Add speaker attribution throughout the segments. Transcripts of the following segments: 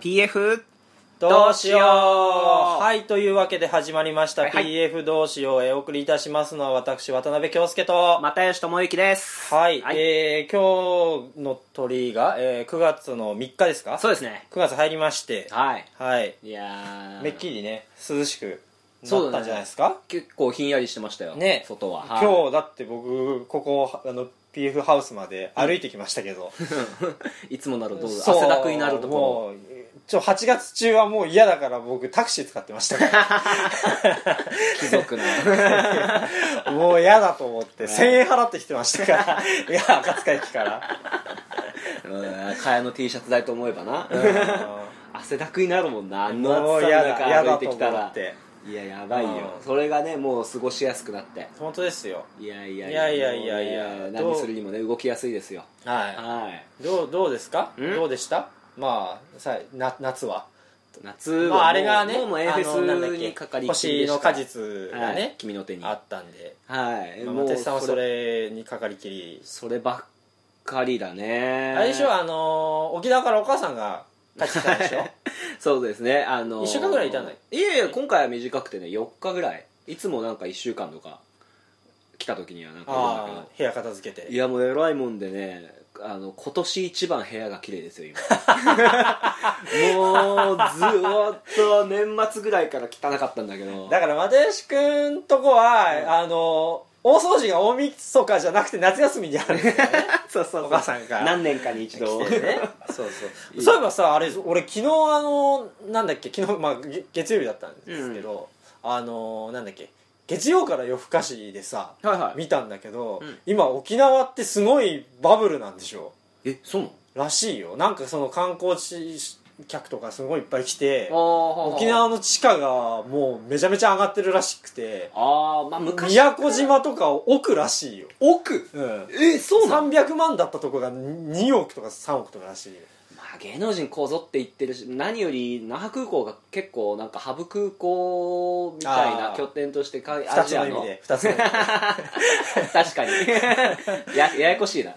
Speaker 1: PF
Speaker 2: どうしよう
Speaker 1: は
Speaker 2: はいというわけで始まりました「
Speaker 1: はいはい
Speaker 2: PF どうしよう」へお送りいたしますのは私渡辺京介と
Speaker 1: 又吉智之です
Speaker 2: はい、えー今日の鳥が、えー9月の3日ですか
Speaker 1: そうですね
Speaker 2: 9月入りまして
Speaker 1: はい
Speaker 2: はい
Speaker 1: いやー
Speaker 2: めっきりね涼しく
Speaker 1: そ
Speaker 2: な
Speaker 1: う
Speaker 2: っ
Speaker 1: だ
Speaker 2: た
Speaker 1: ね
Speaker 2: んじゃないですか、
Speaker 1: 結構ひんやりしてましたよ
Speaker 2: ね
Speaker 1: 外ははい
Speaker 2: 今日だって僕ここあの PF ハウスまで歩いてきましたけど、
Speaker 1: いつもならどう
Speaker 2: そう
Speaker 1: 汗だくになるとこ
Speaker 2: もうちょ8月中はもう嫌だから僕タクシー使ってましたか
Speaker 1: ろ貴族な
Speaker 2: らもう嫌だと思って
Speaker 1: ん
Speaker 2: 1000円払ってきてましたから いや赤塚駅から
Speaker 1: うん蚊帳の T シャツ代と思えばな汗だくになるもんなあ
Speaker 2: も
Speaker 1: の
Speaker 2: う
Speaker 1: 暑さ
Speaker 2: 嫌
Speaker 1: の
Speaker 2: だ嫌
Speaker 1: 中歩
Speaker 2: だ
Speaker 1: いて
Speaker 2: と
Speaker 1: き
Speaker 2: 思
Speaker 1: た
Speaker 2: っ
Speaker 1: ら
Speaker 2: て
Speaker 1: いややばいよ
Speaker 2: うん
Speaker 1: それがねもう過ごしやすくなって
Speaker 2: 本当ですよ
Speaker 1: いやいや
Speaker 2: いやいやいやいや
Speaker 1: もうね
Speaker 2: どう
Speaker 1: 何するにもね動きやすいですよ
Speaker 2: は
Speaker 1: はい
Speaker 2: いどうどうですか
Speaker 1: ん
Speaker 2: どうでしたまあさな夏は
Speaker 1: 夏はもう、
Speaker 2: まああれがね
Speaker 1: もうもうエフ
Speaker 2: あのなんだっ
Speaker 1: ェス
Speaker 2: け
Speaker 1: にかかり
Speaker 2: 星の果実
Speaker 1: が
Speaker 2: が
Speaker 1: ね、
Speaker 2: ね
Speaker 1: 君の手に
Speaker 2: あったんで
Speaker 1: はい、
Speaker 2: まあ
Speaker 1: もう
Speaker 2: 松井さんはそ
Speaker 1: それ
Speaker 2: れにかかりきり
Speaker 1: そればっかりだね
Speaker 2: あれでしょあの沖縄からお母さんが帰ってきたんで しょ
Speaker 1: そうですねあの
Speaker 2: 一週間ぐらいいたの
Speaker 1: いやいや今回は短くてね4日ぐらいいつもなんか1週間とか来た時にはなんかいるんだけ
Speaker 2: ああ部屋片付け
Speaker 1: ど
Speaker 2: て
Speaker 1: いやもう偉いもんでねあの今年一番部屋が綺麗ですよ 今もうずーっと年末ぐらいから汚かったんだけど
Speaker 2: だから又吉君とこは、あの大掃除が大晦日じゃなくて夏休みにあるんだよね
Speaker 1: そうそうそう
Speaker 2: お母さんが
Speaker 1: 何年かに一度
Speaker 2: 来てね そう
Speaker 1: い
Speaker 2: そう
Speaker 1: い
Speaker 2: そういえばさあれ俺昨日あのなんだっけ昨日、まあ、げ月曜日だったんですけど、あのなんだっけ月曜から夜更かしでさ
Speaker 1: はいは
Speaker 2: 見たんだけど、
Speaker 1: うん
Speaker 2: 今沖縄ってすごいバブルなんでしょ
Speaker 1: いえそうなの
Speaker 2: らしいよなんかその観光地客とかすごいいっぱい来て沖
Speaker 1: 沖
Speaker 2: 縄の地価がもうめちゃめちゃ上がってるらしくて
Speaker 1: ああまあ昔
Speaker 2: 宮古島とか奥らしいよ、
Speaker 1: 奥
Speaker 2: うん、
Speaker 1: えそうなの、
Speaker 2: 300万だったとこが2億とか3億とからしいよ
Speaker 1: まあ、芸能人こうぞって言ってるし何より那覇空港が結構なんかハブ空港みたいな
Speaker 2: あー
Speaker 1: 拠点としてか
Speaker 2: 2つの意味で2つの意味 で
Speaker 1: 確かにやややこしいな、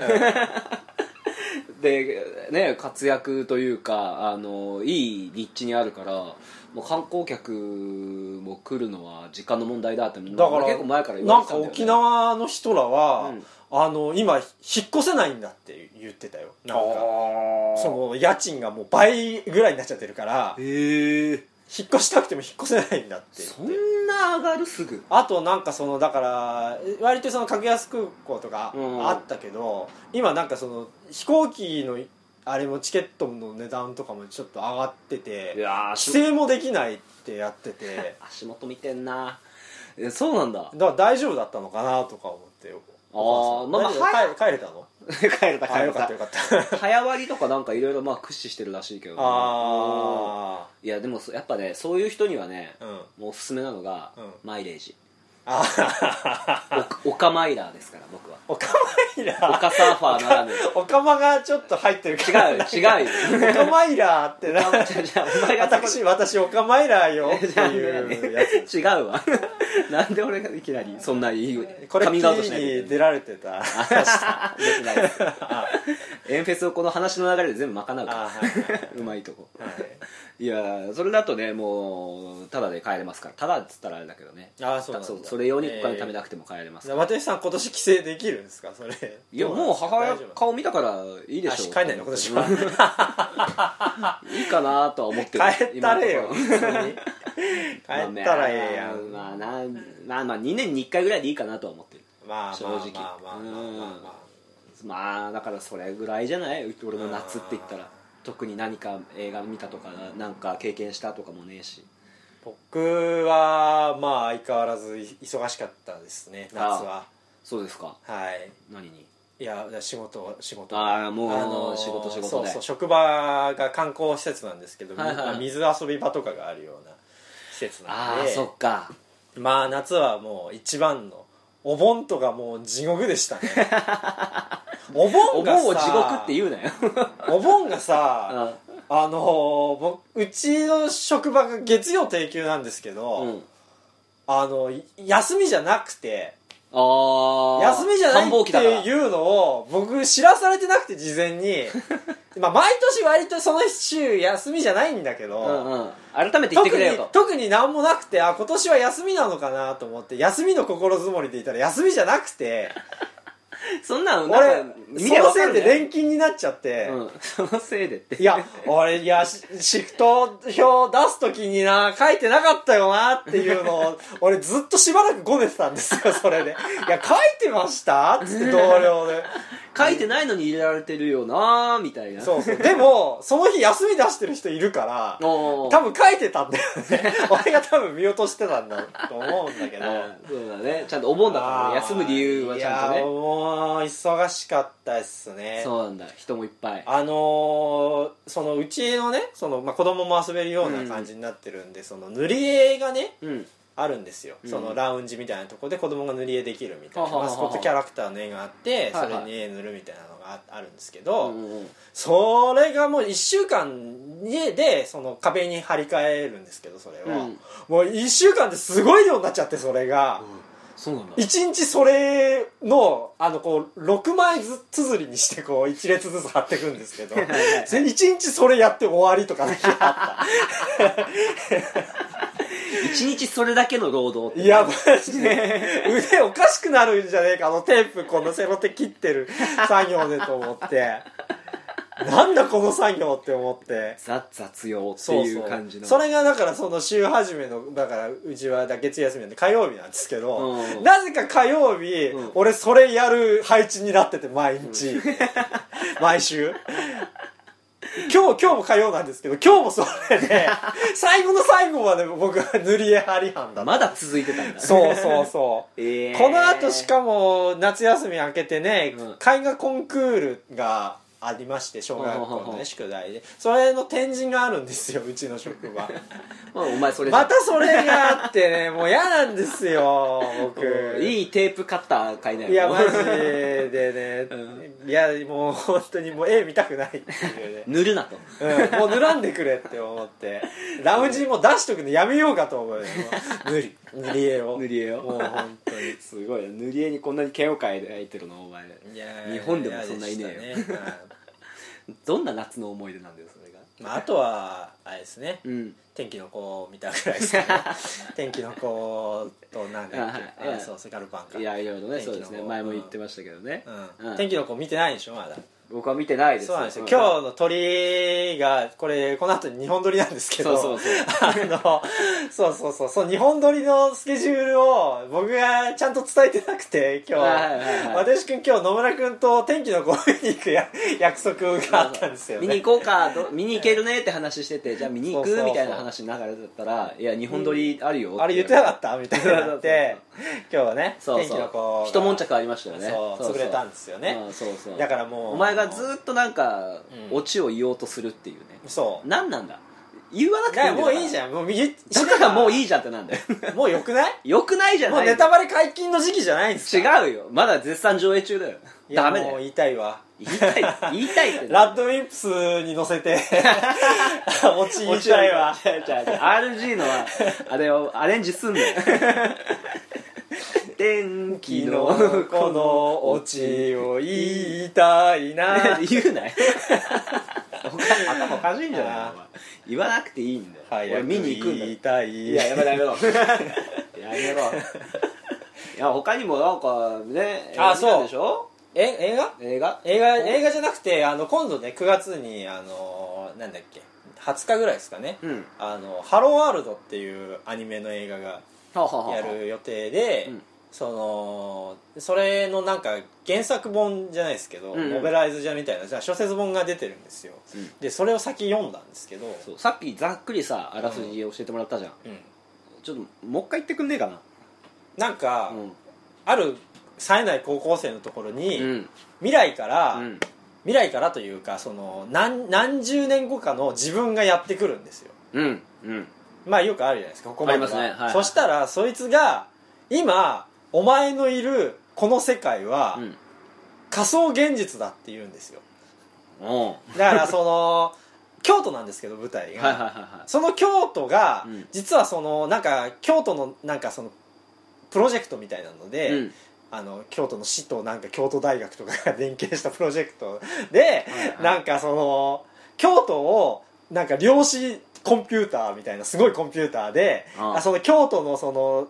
Speaker 1: でね活躍というかあのいい立地にあるからもう観光客も来るのは時間の問題だって
Speaker 2: だから
Speaker 1: 結構前から言わ
Speaker 2: な
Speaker 1: れて
Speaker 2: ん
Speaker 1: た
Speaker 2: か
Speaker 1: んだよ、ね、
Speaker 2: 沖縄の人らは、
Speaker 1: うん
Speaker 2: あの今引っ越せないんだって言ってたよなんかその家賃がもう倍ぐらいになっちゃってるから
Speaker 1: へえ
Speaker 2: 引っ越したくても引っ越せないんだって
Speaker 1: そんな上がるすぐ
Speaker 2: あとなんかそのだからえ割とその格安空港とか
Speaker 1: うん
Speaker 2: あったけど、今なんかその飛行機のあれもチケットの値段とかもちょっと上がってて
Speaker 1: や
Speaker 2: 規制もできないってやってて
Speaker 1: 足元見てんなえそうなんだ
Speaker 2: だから大丈夫だったのかなとか思ってお母さん
Speaker 1: まあまあ
Speaker 2: 大丈夫帰帰れたの
Speaker 1: 帰れた
Speaker 2: あよかったよかっ た
Speaker 1: 早割りとかなんかいろいろまあ駆使してるらしいけどね、
Speaker 2: あ
Speaker 1: うんいやでもそやっぱねそういう人にはね
Speaker 2: ー、うん
Speaker 1: もうおすすめなのが、
Speaker 2: うん
Speaker 1: マイレー ジ
Speaker 2: あー
Speaker 1: おオカマイラーですから僕は
Speaker 2: おかまい
Speaker 1: オ
Speaker 2: ら
Speaker 1: カサーファーならぬ
Speaker 2: おかまがちょっと入ってるから
Speaker 1: 違う違うよ
Speaker 2: おかまいらってな
Speaker 1: あ違う違うお前が
Speaker 2: 私私オカマイラーよって
Speaker 1: 違
Speaker 2: いうやつ
Speaker 1: 違うわなんで俺がいきなりそんな言い
Speaker 2: これ
Speaker 1: カ
Speaker 2: キ
Speaker 1: ミングアウトしない
Speaker 2: ーに出られてた
Speaker 1: あそうしたできないですエンフェスをこの話の流れで全部賄うから
Speaker 2: あー
Speaker 1: うまいとこ
Speaker 2: はいはい
Speaker 1: いやーそれだとねもうただで帰れますからただっつったらあれだけどね
Speaker 2: あーそうなんだ
Speaker 1: そそれ用にお金貯めなくても帰れます
Speaker 2: じゃあ渡辺さん今年帰省できるんですかそれ
Speaker 1: いやもう母親
Speaker 2: 大丈夫
Speaker 1: 顔見たからいいで
Speaker 2: あ
Speaker 1: しょう
Speaker 2: 帰んないの今年は
Speaker 1: うんいいかなとは思ってる
Speaker 2: 帰ったれよ
Speaker 1: 今のところ
Speaker 2: 普通に帰ったらええやん
Speaker 1: まあまあなまあまあ2年に1回ぐらいでいいかなとは思ってる
Speaker 2: まあまあ
Speaker 1: 正直
Speaker 2: まあまあまあまあまあ
Speaker 1: まあだからそれぐらいじゃない俺の夏って言ったら特に何か映画見たとかなんか経験したとかもねえし
Speaker 2: 僕はまあ相変わらず忙しかったですね夏は
Speaker 1: そうですか
Speaker 2: はい
Speaker 1: 何に
Speaker 2: いや仕事仕事
Speaker 1: ああもう、
Speaker 2: あのー
Speaker 1: 仕事仕
Speaker 2: そ
Speaker 1: 事
Speaker 2: う
Speaker 1: で
Speaker 2: そう職場が観光施設なんですけど、
Speaker 1: はいはいはい
Speaker 2: 水遊び場とかがあるような施設な
Speaker 1: あ
Speaker 2: ん
Speaker 1: あ
Speaker 2: で
Speaker 1: そっか
Speaker 2: まあ夏はもう一番のお盆とかもう地獄 でしたねお
Speaker 1: お
Speaker 2: 盆がさ
Speaker 1: 盆を地獄って言うなよ
Speaker 2: お盆が
Speaker 1: う
Speaker 2: さ
Speaker 1: ん
Speaker 2: あのー僕うちの職場が月曜定休なんですけど、
Speaker 1: うん
Speaker 2: あのい休みじゃなくて
Speaker 1: ああ
Speaker 2: 休みじゃない
Speaker 1: 繁忙
Speaker 2: っ
Speaker 1: 期だから
Speaker 2: ていうのを僕知らされてなくて事前 にまあ毎年割とその週休みじゃないんだけど、
Speaker 1: うんうん改めて言って
Speaker 2: 特
Speaker 1: くれ
Speaker 2: に
Speaker 1: よと
Speaker 2: 特に何もなくてあ今年は休みなのかなと思って休みの心づもりでいたら休みじゃなくて
Speaker 1: そんなの
Speaker 2: 俺
Speaker 1: なんか見
Speaker 2: そ
Speaker 1: りゃ
Speaker 2: の
Speaker 1: わか
Speaker 2: せい
Speaker 1: る
Speaker 2: で
Speaker 1: ね
Speaker 2: 連勤になっちゃって、
Speaker 1: うんそのせいでって
Speaker 2: いや俺いやシシフト表出す時にな書いてなかったよなっていうのを俺ずっとしばらくごねてたんですよ それで「いや書いてました?」っつって同僚で。
Speaker 1: 書いてないのに入れられてるよなーみたいな
Speaker 2: そうそう。でも、その日休み出してる人いるから、
Speaker 1: おー
Speaker 2: 多分書いてたんだよ ね。俺が多分見落としてたんだと思うんだけど。
Speaker 1: うんそうだねちゃんとお盆だからね休む理由はちゃん
Speaker 2: いや
Speaker 1: とね
Speaker 2: もう、忙しかったっすね。
Speaker 1: そうなんだ人もいっぱい
Speaker 2: あのーそのうちのねその、まあ、子供も遊べるような感じになってるんで、その塗り絵がね
Speaker 1: うん
Speaker 2: あるんですよ、
Speaker 1: うん
Speaker 2: そのラウンジみたいなとこで子供が塗り絵できるみたいな
Speaker 1: ははは
Speaker 2: マ
Speaker 1: は
Speaker 2: スコットキャラクターの絵があって
Speaker 1: は
Speaker 2: そ
Speaker 1: いはい
Speaker 2: れに絵塗るみたいなのがああるんですけど、
Speaker 1: うんうん
Speaker 2: それがもう1週間ででその壁に張り替えるんですけどそれは、
Speaker 1: うん
Speaker 2: もう1週間ですごい量になっちゃってそれが、
Speaker 1: そうなんだ
Speaker 2: 一1日それのあのこう6枚ずつりにしてこ う1列ずつ貼っていくんですけど1日それやって終わりとかの 日あっ
Speaker 1: 一日それだけの労働
Speaker 2: た
Speaker 1: っ
Speaker 2: い
Speaker 1: て
Speaker 2: やマジで腕おかしくなるんじゃねえかあのテープこのセロテ切ってる作業でと思 ってなんだこの作業って思って
Speaker 1: ザ雑用って
Speaker 2: そう
Speaker 1: い
Speaker 2: そう
Speaker 1: う感じの
Speaker 2: それがだからその週始めのだからうちはだ月休みなんで火曜日なんですけど、
Speaker 1: うん
Speaker 2: なぜか火曜日、
Speaker 1: うん
Speaker 2: 俺それやる配置になってて毎日、 毎週今日今日も火曜なんですけど今日もそれで最後の最後まで僕は塗り絵張り班だった
Speaker 1: まだ続いてたんだ
Speaker 2: そうそうそう
Speaker 1: う、
Speaker 2: このあとし
Speaker 1: も
Speaker 2: かも夏休み明けてね、
Speaker 1: うん
Speaker 2: 絵画コンクールがありまして小学校
Speaker 1: ほうほう
Speaker 2: の
Speaker 1: ほ
Speaker 2: ね
Speaker 1: う
Speaker 2: 宿題でそれの展示があるんですようちの職 場
Speaker 1: お前それ
Speaker 2: またそれがあってねもう嫌なんですよ僕
Speaker 1: いいテープカッター買いなよ
Speaker 2: いやマジでね、
Speaker 1: う
Speaker 2: いやもう本当にもう絵見たくないっていうね
Speaker 1: 塗るなと
Speaker 2: うん、もう塗らんでくれって思ってラウンジにもう出しとくのやめようかと思うよもう塗り塗り絵を
Speaker 1: 塗り絵を
Speaker 2: もう本当に
Speaker 1: すごいな塗り絵にこんなに嫌悪感抱いてるのお前
Speaker 2: いや
Speaker 1: 日本でもそんないねえよ
Speaker 2: 嫌でしたねはい
Speaker 1: どんな夏の思い出なんだよそれが
Speaker 2: まあ、あとはあれですね
Speaker 1: うん
Speaker 2: 天気の子を見たぐらいで すけど天気の子となんだっ
Speaker 1: あ
Speaker 2: け
Speaker 1: はい
Speaker 2: あそうセカルパンか
Speaker 1: いやいろいろねそうです
Speaker 2: 天気
Speaker 1: ね
Speaker 2: の子
Speaker 1: 前も言ってましたけどね、
Speaker 2: うん
Speaker 1: うん
Speaker 2: 天気の子見てないでしょまだ
Speaker 1: 僕は見てないです
Speaker 2: そうなんですよ今日の鳥がこれこの後に日本撮りなんですけど
Speaker 1: そうそうそう
Speaker 2: あのそうそうそうそう日本撮りのスケジュールを僕がちゃんと伝えてなくて今日
Speaker 1: はいはいはい
Speaker 2: 私君今日野村君と天気の子を見に行くや約束があったんですよね
Speaker 1: 見に行こうかど見に行けるねって話しててじゃあ見に行く
Speaker 2: そうそうそう
Speaker 1: みたいな話の流れだったら「いや日本撮りあるよ」
Speaker 2: あれ言ってなか
Speaker 1: っ
Speaker 2: ったみたいになって今日はね
Speaker 1: そう
Speaker 2: 天気
Speaker 1: そ
Speaker 2: の
Speaker 1: う
Speaker 2: 子
Speaker 1: 一悶着あ
Speaker 2: り
Speaker 1: りましたよね
Speaker 2: そう潰れたんですよね
Speaker 1: うんそうそう
Speaker 2: だからもう
Speaker 1: お前がずっとなんか
Speaker 2: うん
Speaker 1: オチを言おうとするっていうね
Speaker 2: そう
Speaker 1: 何なんだ言わなくて
Speaker 2: だ
Speaker 1: い
Speaker 2: か
Speaker 1: いん
Speaker 2: ら
Speaker 1: だ
Speaker 2: もういいじ
Speaker 1: ゃん
Speaker 2: ゃんもう言っ
Speaker 1: だからもうい
Speaker 2: い
Speaker 1: いじゃんってなんだ よ
Speaker 2: もうよくない
Speaker 1: よくないじゃ
Speaker 2: も
Speaker 1: な
Speaker 2: う
Speaker 1: い
Speaker 2: ネタバレ解禁の時期じゃないんですか
Speaker 1: 違うよまだ絶賛上映中だよ
Speaker 2: いや
Speaker 1: ダメだ
Speaker 2: もう
Speaker 1: よ
Speaker 2: 言いたいわ
Speaker 1: 言いたい言いたいって
Speaker 2: ラッドウィンプスに乗せ て落ち言いたいわ
Speaker 1: 違う違う違う RG のはあれをアレンジすんのよ 天
Speaker 2: 昨
Speaker 1: 気
Speaker 2: 日
Speaker 1: の
Speaker 2: この落ちを言いた いな
Speaker 1: 言うなよおか頭おかしいんじゃない
Speaker 2: あー
Speaker 1: お前言わなくていいんだよ
Speaker 2: 早
Speaker 1: 俺
Speaker 2: く
Speaker 1: 見に行くんだ
Speaker 2: 言い
Speaker 1: よ
Speaker 2: た い
Speaker 1: いややめろやめろやめろいや他にもなんかね
Speaker 2: あそう
Speaker 1: 映画でしょ
Speaker 2: え映画
Speaker 1: 映画
Speaker 2: 映画映画じゃなくてあの今度ね9月にあのなんだっけ20日ぐらいですかね、
Speaker 1: うん
Speaker 2: あのハローワールドっていうアニメの映画が
Speaker 1: はあはあはあ
Speaker 2: やる予定で、
Speaker 1: うん
Speaker 2: そのそれのなんか原作本じゃないですけど、
Speaker 1: うんうん
Speaker 2: ノベライズじゃみたいなじゃあ小説本が出てるんですよ、
Speaker 1: うん
Speaker 2: でそれを先読んだんですけど
Speaker 1: そうさっきざっくりさあらすじ教えてもらったじゃん、
Speaker 2: うん
Speaker 1: ちょっともう一回言ってくんねえか
Speaker 2: なん
Speaker 1: な
Speaker 2: か、
Speaker 1: うん
Speaker 2: ある冴えない高校生のところに、
Speaker 1: うん
Speaker 2: 未来から、
Speaker 1: うん
Speaker 2: 未来からというかその何何十年後かの自分がやってくるんですよ
Speaker 1: うんうん
Speaker 2: まあよくあるじゃないですかここまでは
Speaker 1: ありますねはいはい
Speaker 2: そしたらそいつが今お前のいるこの世界は
Speaker 1: うん
Speaker 2: 仮想現実だって言うんですよ
Speaker 1: おう
Speaker 2: だからその 京都なんですけど舞台が、
Speaker 1: はいはいはいは
Speaker 2: その京都が、
Speaker 1: うん
Speaker 2: 実はそのなんか京都のなんかそのプロジェクトみたいなの
Speaker 1: い
Speaker 2: で、
Speaker 1: うん
Speaker 2: あの京都の市となんか京都大学とかが連携したプロジェクトで、
Speaker 1: はいはい
Speaker 2: なんかその京都をなんか量子コンピューターみたいなすごいコンピューターで
Speaker 1: ああ
Speaker 2: あその京都のその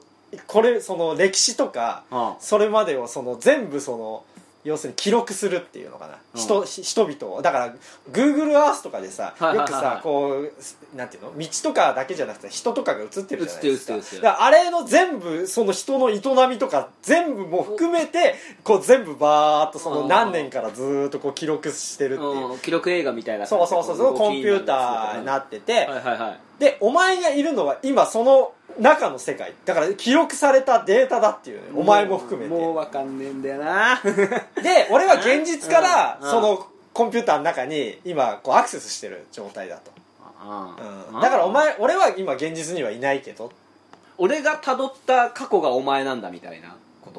Speaker 2: これその歴史とか
Speaker 1: あ
Speaker 2: それまでをその全部その要するに記録するっていうのか
Speaker 1: う
Speaker 2: な、
Speaker 1: ん
Speaker 2: 人人々をだから Google Earth とかでさ
Speaker 1: はいはい
Speaker 2: よ
Speaker 1: はい
Speaker 2: くさこうなんていうの道とかだけじゃなくて人とかが映ってるじゃないですか
Speaker 1: 映ってる映ってる
Speaker 2: だからあれの全部その人の営みとか全部も含めてこう全部バーっとその何年からずーっとこう記録してるっていう。
Speaker 1: うん記録映画みたいな
Speaker 2: そ
Speaker 1: 感
Speaker 2: う
Speaker 1: じで
Speaker 2: そうそうそのコンピューターになってて
Speaker 1: はいはいはい
Speaker 2: でお前がいるのは今その中の世界だから記録されたデータだっていうねお前も含めて
Speaker 1: もうわかんねえんだよ な
Speaker 2: で俺は現実から
Speaker 1: うん
Speaker 2: そのコンピューターの中に今こうアクセスしてる状態だと、うん、だからお前俺は今現実にはいないけど
Speaker 1: 俺が辿った過去がお前なんだみたいなこ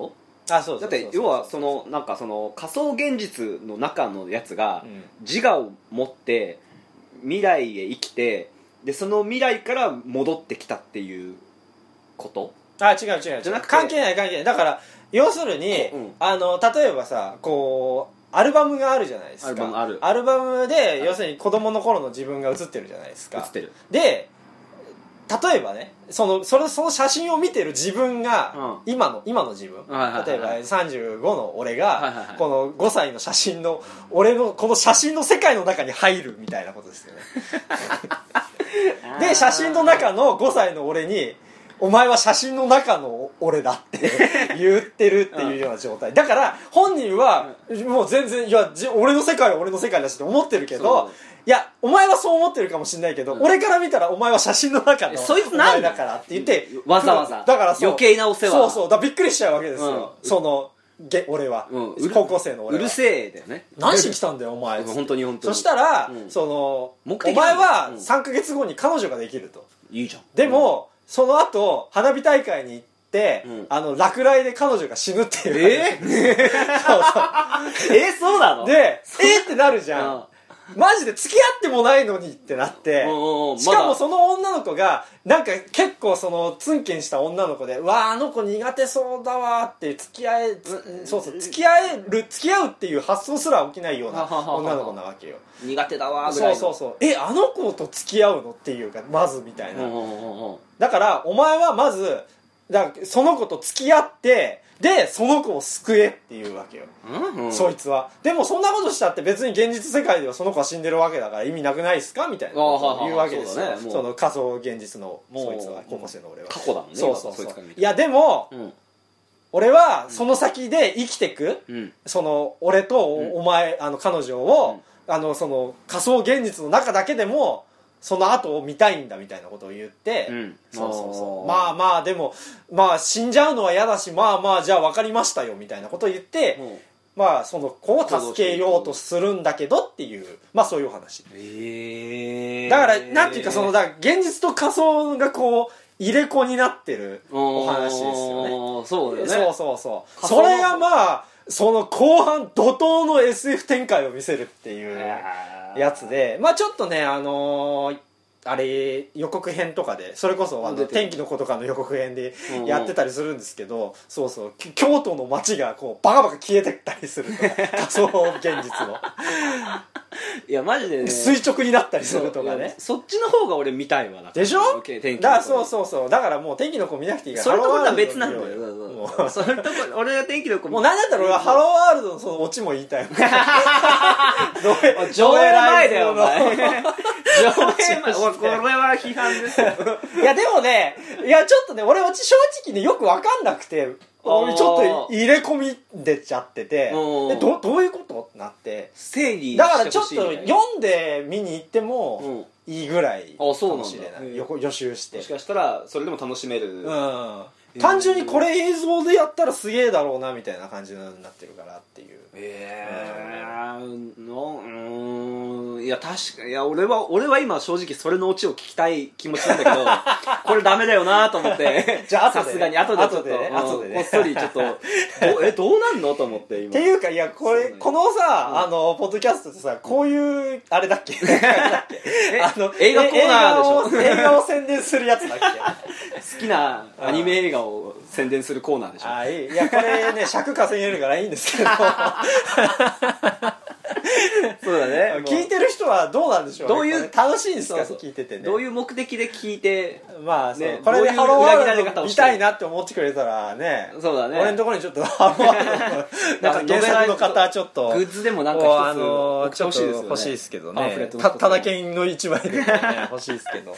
Speaker 1: と
Speaker 2: あそう
Speaker 1: だ
Speaker 2: そうそう
Speaker 1: って
Speaker 2: そう
Speaker 1: 要はそのなんかその仮想現実の中のやつが
Speaker 2: うん
Speaker 1: 自我を持って未来へ生きてでその未来から戻ってきたっていうこと
Speaker 2: あ違う違う違う
Speaker 1: じゃなくて
Speaker 2: 関係ない関係ないだから要するに、
Speaker 1: こううん
Speaker 2: あの例えばさこうアルバムがあるじゃないです
Speaker 1: ア
Speaker 2: か
Speaker 1: ルバムある
Speaker 2: アルバムで要するに子供の頃の自分が映ってるじゃないです
Speaker 1: 映
Speaker 2: か
Speaker 1: って る
Speaker 2: で例えばねそのそれその写真を見てる自分が、今の今の自分、
Speaker 1: はいはいはい
Speaker 2: 例えば35の俺
Speaker 1: はいはい
Speaker 2: が
Speaker 1: はい
Speaker 2: この5歳の写真の俺のこの写真の世界の中に入るみたいなことですよねで写真の中の5歳の俺に「お前は写真の中の俺だ」って 言ってるっていうような状態だから本人はもう全然いやじ俺の世界は俺の世界だしって思ってるけ
Speaker 1: そう
Speaker 2: どいやお前はそう思ってるかもしれないけど、
Speaker 1: うん
Speaker 2: 俺から見たらお前は写真の中
Speaker 1: え
Speaker 2: の
Speaker 1: そいつなん
Speaker 2: お前だからって言って
Speaker 1: わざわざ
Speaker 2: だからそう
Speaker 1: 余計なお世話
Speaker 2: そうそうだからびっくりしちゃうわけですよ、
Speaker 1: うん
Speaker 2: そのげ俺は、
Speaker 1: うんうる
Speaker 2: 高校生の俺
Speaker 1: う
Speaker 2: は
Speaker 1: るせえだよね
Speaker 2: 何しに来たんだよお前
Speaker 1: 本当に本当に
Speaker 2: そしたら、
Speaker 1: うん
Speaker 2: その
Speaker 1: 目
Speaker 2: お
Speaker 1: 的な
Speaker 2: 前
Speaker 1: んだ
Speaker 2: は
Speaker 1: ようん
Speaker 2: 3か月後に彼女ができると、
Speaker 1: いいじゃん
Speaker 2: でも、その後花火大会に行って、
Speaker 1: うん
Speaker 2: あの落雷で彼女が死ぬっていう話、
Speaker 1: えー、 えそう なの
Speaker 2: でえーってなるじゃん、
Speaker 1: うん
Speaker 2: マジで付き合ってもないのにってなって、
Speaker 1: うんうんうん
Speaker 2: しかも
Speaker 1: まだ
Speaker 2: その女の子がなんか結構そのツンケンした女の子で「うわああの子苦手そうだわ」って付き合え、つ
Speaker 1: うん
Speaker 2: そうそう付き合える付き合うっていう発想すら起きないような
Speaker 1: はははは
Speaker 2: 女の子なわけよ
Speaker 1: 苦手だわぐら
Speaker 2: そ
Speaker 1: いうの
Speaker 2: そうそうえあの子と付き合うのっていうかまずみたいな、
Speaker 1: うんうんうんうん
Speaker 2: だからお前はまずだからその子と付き合ってでその子を救えっていうわけよ、
Speaker 1: うんうん
Speaker 2: そいつはでもそんなことしたって別に現実世界ではその子は死んでるわけだから意味なくないっすかみたいなことを言うわけですよ
Speaker 1: あーはいはいはいそうだねもう
Speaker 2: その仮想現実の
Speaker 1: もう
Speaker 2: そいつは高校生の俺は
Speaker 1: 過去だもんね
Speaker 2: そうそ
Speaker 1: 今
Speaker 2: う
Speaker 1: そ
Speaker 2: そ
Speaker 1: いうつから見
Speaker 2: い
Speaker 1: て
Speaker 2: やでも
Speaker 1: うん
Speaker 2: 俺はその先で生きてく
Speaker 1: うん
Speaker 2: その俺と
Speaker 1: うん
Speaker 2: おお前、あの彼女を、あのその仮想現実の中だけでもその後を見たいんだみたいなことを言って、
Speaker 1: うん
Speaker 2: そうそうそ
Speaker 1: あー
Speaker 2: うまあまあでもまあ死んじゃうのは嫌だしまあまあじゃあ分かりましたよみたいなことを言って、
Speaker 1: うん
Speaker 2: まあその子を助けようとするんだけどっていうまあそういうお話
Speaker 1: ええ
Speaker 2: だからなんていうかそのだから現実と仮想がこう入れ子になってるお話ですよね
Speaker 1: ねそうだよね
Speaker 2: そうそうそう
Speaker 1: 仮想
Speaker 2: そ
Speaker 1: の
Speaker 2: れがまあその後半怒涛の SF 展開を見せるっていうやつでまあちょっとねあのーあれ予告編とかでそれこそ
Speaker 1: 出
Speaker 2: あの
Speaker 1: てる
Speaker 2: 天気の子とかの予告編で
Speaker 1: うんうん
Speaker 2: やってたりするんですけどそうそうき京都の街がこうバカバカ消えてったりすると か仮想現実の
Speaker 1: いやマジでね
Speaker 2: 垂直になったりするとか
Speaker 1: いや
Speaker 2: ね
Speaker 1: そっちの方が俺見たいわだから
Speaker 2: でしょ
Speaker 1: 受け天気
Speaker 2: だからそう
Speaker 1: う
Speaker 2: そうそうだからもう天気の子見なくていいから
Speaker 1: それとこれは別
Speaker 2: ハ
Speaker 1: なん
Speaker 2: ロ
Speaker 1: だ
Speaker 2: ー
Speaker 1: よ
Speaker 2: ワールド
Speaker 1: そ
Speaker 2: のも
Speaker 1: うそうそれとこ俺が天気の子
Speaker 2: うもう何だったら俺はハローワールドのそのオチも言い たいもん上映
Speaker 1: 上映前だよお
Speaker 2: 上映ライ
Speaker 1: 前
Speaker 2: ブの
Speaker 1: 上映前おいこれは批判ですよ
Speaker 2: いやでもねいやちょっとね俺は正直ねよく分かんなくて
Speaker 1: おー
Speaker 2: 俺ちょっと入れ込みでちゃってて
Speaker 1: おー
Speaker 2: でどどういうことってなって
Speaker 1: 正義
Speaker 2: だからちょっと
Speaker 1: よ
Speaker 2: 読んで見に行ってもいいぐらいか
Speaker 1: あそうなんだ
Speaker 2: もしれな
Speaker 1: へ
Speaker 2: い
Speaker 1: ー
Speaker 2: よこ予習して
Speaker 1: もしかしたらそれでも楽しめる、
Speaker 2: うん単純にこれ映像でやったらすげえだろうなみたいな感じになってるからっていう
Speaker 1: ええのうーんいや確かいや俺は俺は今正直それのオチを聞きたい気持ちなんだ けどこれダメだよなと思って
Speaker 2: じゃあ後で
Speaker 1: さすがに後でちょっと
Speaker 2: 後でね
Speaker 1: うん
Speaker 2: 後でね
Speaker 1: こっそりちょっとどえどうなんのと思って
Speaker 2: っ
Speaker 1: 今
Speaker 2: ていうかいやこ
Speaker 1: そう
Speaker 2: れ
Speaker 1: ね
Speaker 2: このさ、あのポッドキャストってさこういうあれだっ けあの
Speaker 1: 映画コーナーでしょ
Speaker 2: 映画を映画を宣伝するやつだっけ
Speaker 1: 好きなアニメ映画を宣伝するコーナーでしょ
Speaker 2: あいいいやこれね尺稼げるからいいんです けど
Speaker 1: そうだね
Speaker 2: 聞いてる人はどうなんでしょう,、ね、
Speaker 1: どういう
Speaker 2: これ楽しいんですか
Speaker 1: そうそう
Speaker 2: 聞いててね
Speaker 1: どういう目的で聞いて
Speaker 2: まあそう、
Speaker 1: ね
Speaker 2: これで
Speaker 1: ど
Speaker 2: ハ
Speaker 1: ういう
Speaker 2: ローワ
Speaker 1: 裏切ら
Speaker 2: ー
Speaker 1: れ
Speaker 2: ル
Speaker 1: 方
Speaker 2: ド
Speaker 1: を
Speaker 2: 見
Speaker 1: して
Speaker 2: たいなって思ってくれたらね
Speaker 1: そうだね
Speaker 2: 俺のところにちょっとハローワールド
Speaker 1: なん
Speaker 2: の
Speaker 1: か
Speaker 2: なんか原作の方ちょっと
Speaker 1: グッズでもなん
Speaker 2: こう
Speaker 1: か
Speaker 2: あ
Speaker 1: 一つ送
Speaker 2: の
Speaker 1: ってほしいですよね
Speaker 2: 欲しいですけど
Speaker 1: パンフレッ
Speaker 2: ね
Speaker 1: ト
Speaker 2: た
Speaker 1: の
Speaker 2: ただ券の一枚でもね欲しいですけど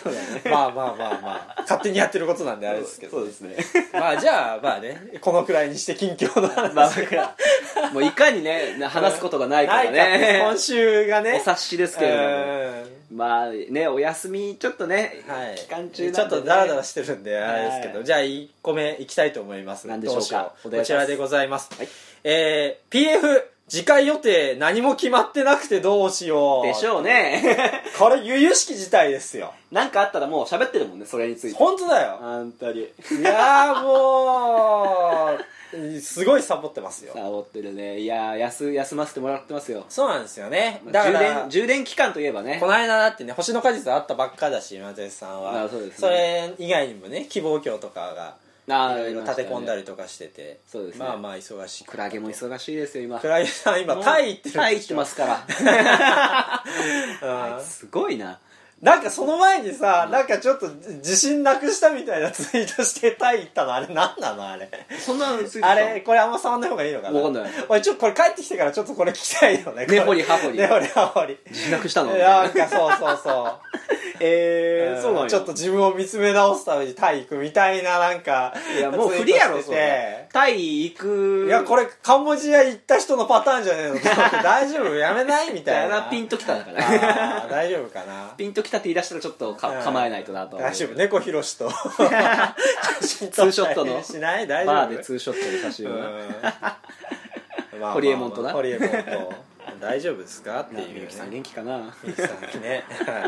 Speaker 2: まあまあまあまあ勝手にやってることなんであれですけ
Speaker 1: そう
Speaker 2: ど
Speaker 1: ですね
Speaker 2: まあじゃあまあねこのくらいにして近況の話
Speaker 1: まあ僕ら もういかにねな話すことがないから
Speaker 2: ない
Speaker 1: ね
Speaker 2: か今週が
Speaker 1: お
Speaker 2: ね
Speaker 1: 察しですけれども
Speaker 2: うん
Speaker 1: まあねお休みちょっとね、
Speaker 2: はい、
Speaker 1: 期間中なんで、ね、
Speaker 2: ちょっとダラダラしてるんであれですけど、
Speaker 1: はい
Speaker 2: じゃあ1個目いきたいと思います
Speaker 1: 何でしょうか
Speaker 2: ど
Speaker 1: お
Speaker 2: しよ
Speaker 1: 願
Speaker 2: こ
Speaker 1: いし
Speaker 2: ち
Speaker 1: ます
Speaker 2: らでございます、
Speaker 1: はい
Speaker 2: えー PF 次回予定何も決まってなくてどうしよう
Speaker 1: でしょうね
Speaker 2: これ由々しき事態ですよ
Speaker 1: なんかあったらもう喋ってるもんねそれについて
Speaker 2: 本当だよ
Speaker 1: 本当に
Speaker 2: いやーもうすごいサボってますよ
Speaker 1: さあ追ってるねいやー休休ませてもらってますよ
Speaker 2: そうなんですよね
Speaker 1: まあ
Speaker 2: だ
Speaker 1: 充
Speaker 2: から
Speaker 1: 電充電期間といえばね
Speaker 2: この間だってね星の果実あったばっかだし今絶さんは
Speaker 1: あそうですね
Speaker 2: れ以外にもね希望教とかが
Speaker 1: あー
Speaker 2: いろいろ立て込んだ
Speaker 1: り
Speaker 2: りとかしてて
Speaker 1: そうですね
Speaker 2: まあまあ忙しい
Speaker 1: クラゲも忙しいですよ今
Speaker 2: クラゲさん今
Speaker 1: もう
Speaker 2: タイ行ってるんでしょ
Speaker 1: タイ行ってますから
Speaker 2: うん
Speaker 1: すごいな
Speaker 2: なんかその前にさなんかちょっと自信なくしたみたいなツイートしてタイ行ったのあれ何なのあれ
Speaker 1: そんなのついてた
Speaker 2: あれこれあんま触んない方がいいのかな
Speaker 1: わかんない
Speaker 2: 俺ちょっとこれ帰ってきてからちょっとこれ聞きたいよね
Speaker 1: 根掘り葉掘り
Speaker 2: 根掘り葉掘り
Speaker 1: 自爆したのみたい
Speaker 2: な
Speaker 1: なん
Speaker 2: かそうそ うそう
Speaker 1: え
Speaker 2: うん
Speaker 1: ー、そうなんや
Speaker 2: ちょっと自分を見つめ直すためにタイ行くみたいななんか
Speaker 1: いやもう不利やろ
Speaker 2: ツイ
Speaker 1: そ
Speaker 2: ートして
Speaker 1: れタイ行く
Speaker 2: ていやこれカンボジア行った人のパターンじゃねえの と思って大丈夫やめないみ
Speaker 1: みた
Speaker 2: たい
Speaker 1: いな
Speaker 2: な
Speaker 1: ピンときただから
Speaker 2: あー大丈夫 かな
Speaker 1: ピンときたって言い出したらちょっとか
Speaker 2: うん
Speaker 1: 構えないとなと
Speaker 2: 大丈夫猫ひろし とツ
Speaker 1: ツーショットの
Speaker 2: しない大丈夫
Speaker 1: バーでツーショットの写真を
Speaker 2: うんまあまあま あ
Speaker 1: ホリエモンとな
Speaker 2: ホリエモンと大丈夫ですかって
Speaker 1: ないあ
Speaker 2: うね
Speaker 1: みゆきさん元気かな
Speaker 2: ミキさ んねは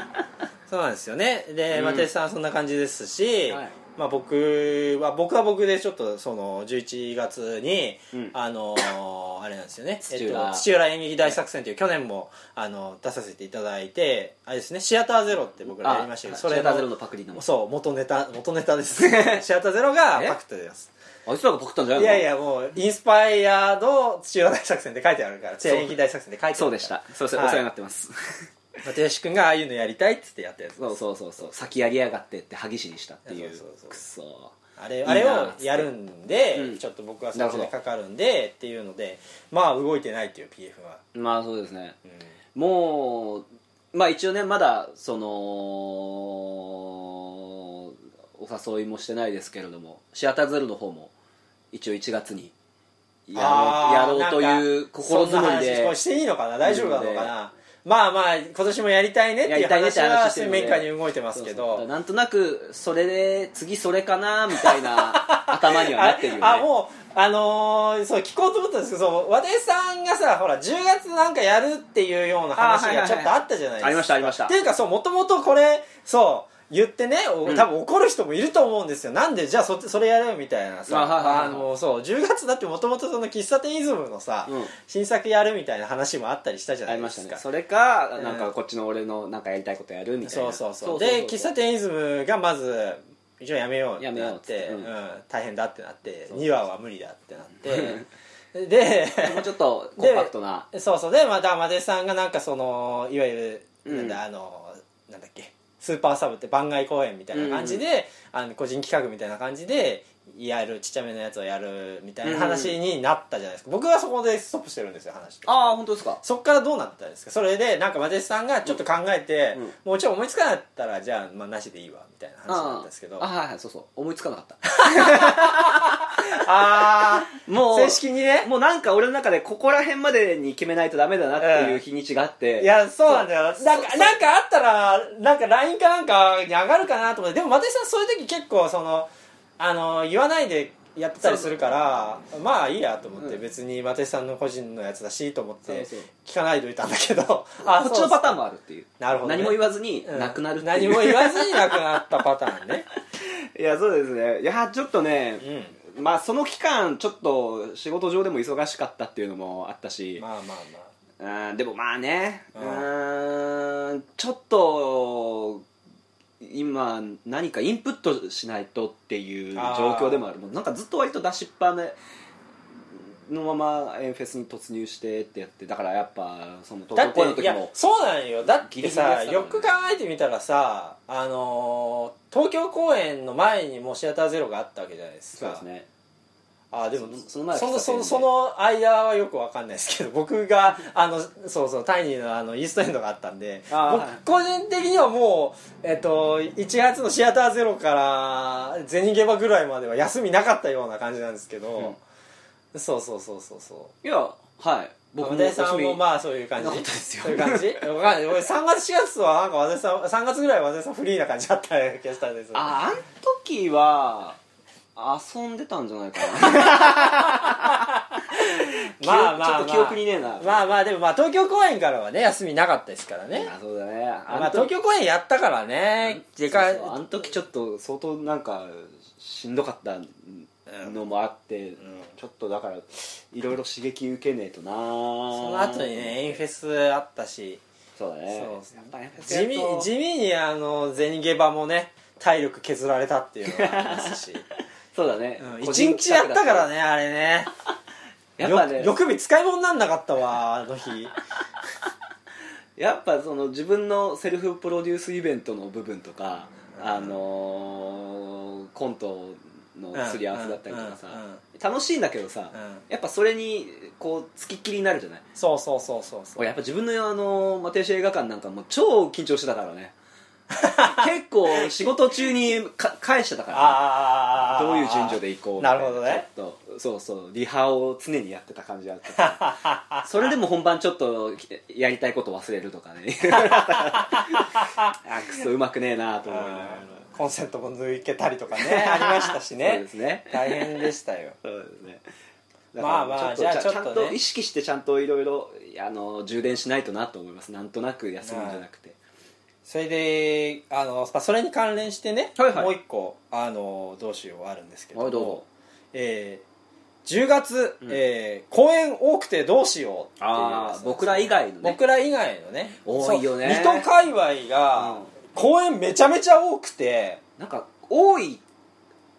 Speaker 2: いそうなんですよねで
Speaker 1: うん
Speaker 2: マテさんはそんな感じですし、
Speaker 1: はい
Speaker 2: まあ、僕は僕は僕でちょっとその11月に、
Speaker 1: うん
Speaker 2: あのーあれなんですよね
Speaker 1: 土浦
Speaker 2: えっと、土浦演劇大作戦という去年もあの出させていただいてあれですね「シアターゼロって僕らやりましたけど
Speaker 1: あ
Speaker 2: それ
Speaker 1: シ
Speaker 2: の
Speaker 1: アターゼロのパクリの
Speaker 2: そう元ネタ元ネタで すシアターゼロがパクトです
Speaker 1: あいつらがパクったんじゃない
Speaker 2: い
Speaker 1: の
Speaker 2: やいやもう「インスパイアド土浦大作戦」って書いてあるから土浦演劇大作戦って書いてあるから
Speaker 1: そうでしたそうそう、
Speaker 2: はい
Speaker 1: お世話になってます
Speaker 2: 又吉君がああいうのやりたいっつってやったやつ
Speaker 1: そうそうそうそう先やりやがってって歯ぎしりしたっていう
Speaker 2: そうそうそう
Speaker 1: くそ
Speaker 2: あれ
Speaker 1: な
Speaker 2: あれをやるんで、
Speaker 1: うん
Speaker 2: ちょっと僕は
Speaker 1: な
Speaker 2: そ
Speaker 1: るほど
Speaker 2: っちでかかるんでっていうのでまあ動いてないっていう PF は、
Speaker 1: まあそうですね
Speaker 2: うん
Speaker 1: もうまあ一応ねまだそのお誘いもしてないですけれどもシアターゼロの方も一応1月にや
Speaker 2: あ
Speaker 1: ろ
Speaker 2: ー
Speaker 1: うやろうという心
Speaker 2: なんか
Speaker 1: づもり
Speaker 2: そんな話こ
Speaker 1: で
Speaker 2: れしていいのかな大丈夫なのかなまあまあ今年もやりたいねってい
Speaker 1: や
Speaker 2: う
Speaker 1: りたいねっ
Speaker 2: 話
Speaker 1: て話
Speaker 2: は
Speaker 1: してる
Speaker 2: 水
Speaker 1: んで
Speaker 2: 面下に動いてますけ
Speaker 1: そうそう
Speaker 2: ど
Speaker 1: なんとなくそれで次それかなみたいな頭にはなってるよね
Speaker 2: ああもうあのーそう聞こうと思ったんですけどそう和田さんがさほら10月なんかやるっていうような
Speaker 1: あは
Speaker 2: 話
Speaker 1: いはいは
Speaker 2: が
Speaker 1: い
Speaker 2: ちょっとあったじゃないですか
Speaker 1: ありましたありました
Speaker 2: っていうかそうもともとこれそう言ってね、お
Speaker 1: うん
Speaker 2: 多分怒る人もいると思うんですよなんでじゃあそそれやれよみたいなさ
Speaker 1: あはいはいはい
Speaker 2: あのそう10月だってもともとその喫茶店イズムのさ、
Speaker 1: うん
Speaker 2: 新作やるみたいな話もあったりしたじゃ
Speaker 1: あ
Speaker 2: な
Speaker 1: り
Speaker 2: いで
Speaker 1: ました
Speaker 2: す
Speaker 1: ね
Speaker 2: か
Speaker 1: それか
Speaker 2: うん
Speaker 1: なんかこっちの俺のなんかやりたいことやるみたい
Speaker 2: そ
Speaker 1: な
Speaker 2: うそうそうで喫茶店イズムがまず一応やめようって
Speaker 1: やめよ
Speaker 2: な
Speaker 1: うっ
Speaker 2: っ
Speaker 1: つって
Speaker 2: て
Speaker 1: うん
Speaker 2: うん大変だってなって
Speaker 1: そうそうそう
Speaker 2: 2話は無理だってな ってで
Speaker 1: もうちょっとコンパクトな
Speaker 2: そうそうでまたマデさんがなんかそのいわゆるなんだ、
Speaker 1: うん
Speaker 2: あのなんだっけスーパーサブって番外公演みたいな感じで、あの個人企画みたいな感じでやるちっちゃめのやつをやるみたいな話になったじゃないですか、僕はそこでストップしてるんですよ話として
Speaker 1: ああ本当ですか
Speaker 2: そっからどうなったんですかそれでなんかマテスさんがちょっと考えて、
Speaker 1: うん
Speaker 2: もうちょい思いつかなかったらじゃあ、まあ、なしでいいわみたいな話だったんですけど
Speaker 1: あ
Speaker 2: あ
Speaker 1: はいはいそうそう思いつかな かった
Speaker 2: あ
Speaker 1: もう
Speaker 2: 正式にね
Speaker 1: もうなんか俺の中でここら辺までに決めないとダメだなっていう日にちがあって、
Speaker 2: いやそうなんだよなんかなんかあったらなんか LINE かなんかに上がるかなと思ってでもマテスさんそういう時結構そのあの言わないでやってたりするからまあいいやと思って、
Speaker 1: うん
Speaker 2: 別にマテスさんの個人のやつだしと思って
Speaker 1: そうそう
Speaker 2: 聞かないといたんだけど
Speaker 1: こっちのパターン
Speaker 2: も
Speaker 1: もあるっていう
Speaker 2: なるほどね
Speaker 1: 何も言わずになくなるっていう、
Speaker 2: 何も言わずになくなったパターンね、
Speaker 1: いやそうですねいやちょっとね
Speaker 2: う ん
Speaker 1: まあその期間ちょっと仕事上でも忙しかったっていうのもあったし、
Speaker 2: まあまあまあ
Speaker 1: うんでもまあね
Speaker 2: う
Speaker 1: うんーんちょっと今何かインプットしないとっていう状況でもあるもうなんかずっと割と出しっぱねのままエンフェスに突入してってやってだからやっぱその
Speaker 2: だ
Speaker 1: 東
Speaker 2: っ
Speaker 1: 京公演の
Speaker 2: てい
Speaker 1: 時
Speaker 2: や
Speaker 1: も
Speaker 2: そうなんよだって
Speaker 1: ギリギリで
Speaker 2: さ
Speaker 1: すからね
Speaker 2: よく考えてみたらさあのー東京公演の前にもうシアターゼロがあったわけじゃないです
Speaker 1: そう
Speaker 2: か
Speaker 1: ですね
Speaker 2: あでも
Speaker 1: そその前は喫茶店
Speaker 2: その
Speaker 1: で
Speaker 2: そのその間はよくわかんないですけど 僕があのそうそうタイニーのあのイーストエンドがあったんで僕
Speaker 1: あーはい
Speaker 2: 個人的にはもう、えっと、1月のシアターゼロから銭ゲバぐらいまでは休みなかったような感じなんですけど、そうそうそうそうそう
Speaker 1: いやはい僕
Speaker 2: 和
Speaker 1: も
Speaker 2: 田さん
Speaker 1: 休
Speaker 2: も
Speaker 1: み
Speaker 2: まあそういう感
Speaker 1: な
Speaker 2: じ
Speaker 1: かったですよ
Speaker 2: そういう感 じわかんない俺3月4月はなんか和田さん3月ぐらいは和田さんフリーな感じだった気がしたんですよ
Speaker 1: ああん時は遊んでたんじゃないかな
Speaker 2: まあまあまあ
Speaker 1: ちょっと記憶にねえな
Speaker 2: まあまあでもまあ東京公演からはね休みなかったですからね
Speaker 1: あ そうだねあ
Speaker 2: まあ
Speaker 1: ん時
Speaker 2: 東京公演やったからねでかい
Speaker 1: そうそうあの時ちょっと相当なんかしんどかったのもあって、ちょっとだからいろいろ刺激受けねえとな
Speaker 2: そ
Speaker 1: そ
Speaker 2: の後にねエンフェスあったし
Speaker 1: そうだね
Speaker 2: そう
Speaker 1: やっぱエンフェスや
Speaker 2: 地
Speaker 1: る
Speaker 2: 味
Speaker 1: と
Speaker 2: 地味にあの銭ゲバもね体力削られたっていうのがありま すし、
Speaker 1: そうだね、
Speaker 2: うん、
Speaker 1: 個
Speaker 2: 1
Speaker 1: 人
Speaker 2: 日やったから
Speaker 1: 企
Speaker 2: ねあれね
Speaker 1: 画だったやっぱね
Speaker 2: よよく見使い物になんなかったわあの日
Speaker 1: やっぱその自分のセルフプロデュースイベントの部分とか、あのーコントのすり合わせだったりとかさ、
Speaker 2: うんうんうん
Speaker 1: 楽しいんだけどさ、
Speaker 2: うん
Speaker 1: やっぱそれにこう付きっきりになるじゃない
Speaker 2: そうそうそうそうそう
Speaker 1: 俺やっぱ自分のあのマテーシ映画館なんかもう超緊張してたから ね結構仕事中にか返してたから、
Speaker 2: ああ
Speaker 1: どういう順序で行こうみたい
Speaker 2: なるほどね
Speaker 1: ちょっとそうそうリハを常にやってた感じがあったから それでも本番ちょっとやりたいこと忘れるとか ねあくそうまくねえなと思いながら
Speaker 2: コンセントも抜けたりと かねありましたし
Speaker 1: そう
Speaker 2: ね
Speaker 1: ですね
Speaker 2: 大変でしたよ
Speaker 1: そうですね
Speaker 2: まあまあ
Speaker 1: だから
Speaker 2: じゃあちょっとね
Speaker 1: ちゃんと意識してちゃんといろいろあの充電しないとなと思いますなんとなく休むんじゃなくて、
Speaker 2: それであの、まあ、それに関連してね、
Speaker 1: はいはい
Speaker 2: もう一個あのどうしようあるんですけども
Speaker 1: はいどうぞ
Speaker 2: えー10月、
Speaker 1: うん
Speaker 2: えー公演多くてどうしようっていう
Speaker 1: あー僕ら以外のね
Speaker 2: 僕ら以外のね
Speaker 1: 多いよね
Speaker 2: そう水戸界隈が、
Speaker 1: うん
Speaker 2: 公演めちゃめちゃ多くて
Speaker 1: なんか多い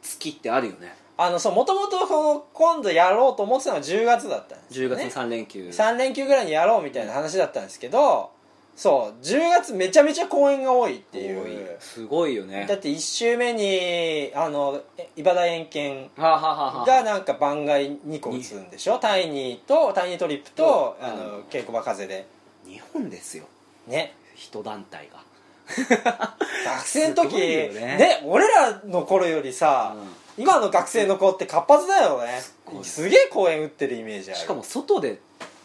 Speaker 1: 月ってあるよね
Speaker 2: あのそうもともとこの今度やろうと思ってたのは10月だったんです
Speaker 1: 10
Speaker 2: よね
Speaker 1: 月の3連休、
Speaker 2: 3連休ぐらいにやろうみたいな話だったんですけどそう10月めちゃめちゃ公演が多いってい
Speaker 1: 多いうすごいよね
Speaker 2: だって1週目にあのえ茨城県
Speaker 1: はあ、はあはあはあ
Speaker 2: がなんか番外2個打つんでしょタイニーとタイニートリップと
Speaker 1: うん
Speaker 2: あの稽古場風で
Speaker 1: 日本ですよ
Speaker 2: ね
Speaker 1: 人団体が、
Speaker 2: 学生の時
Speaker 1: すごいよ
Speaker 2: ね
Speaker 1: ね
Speaker 2: 俺らの頃よりさ、今の学生の子って活発だよね
Speaker 1: ごい
Speaker 2: すげえ公演打ってるイメージある
Speaker 1: しかも外で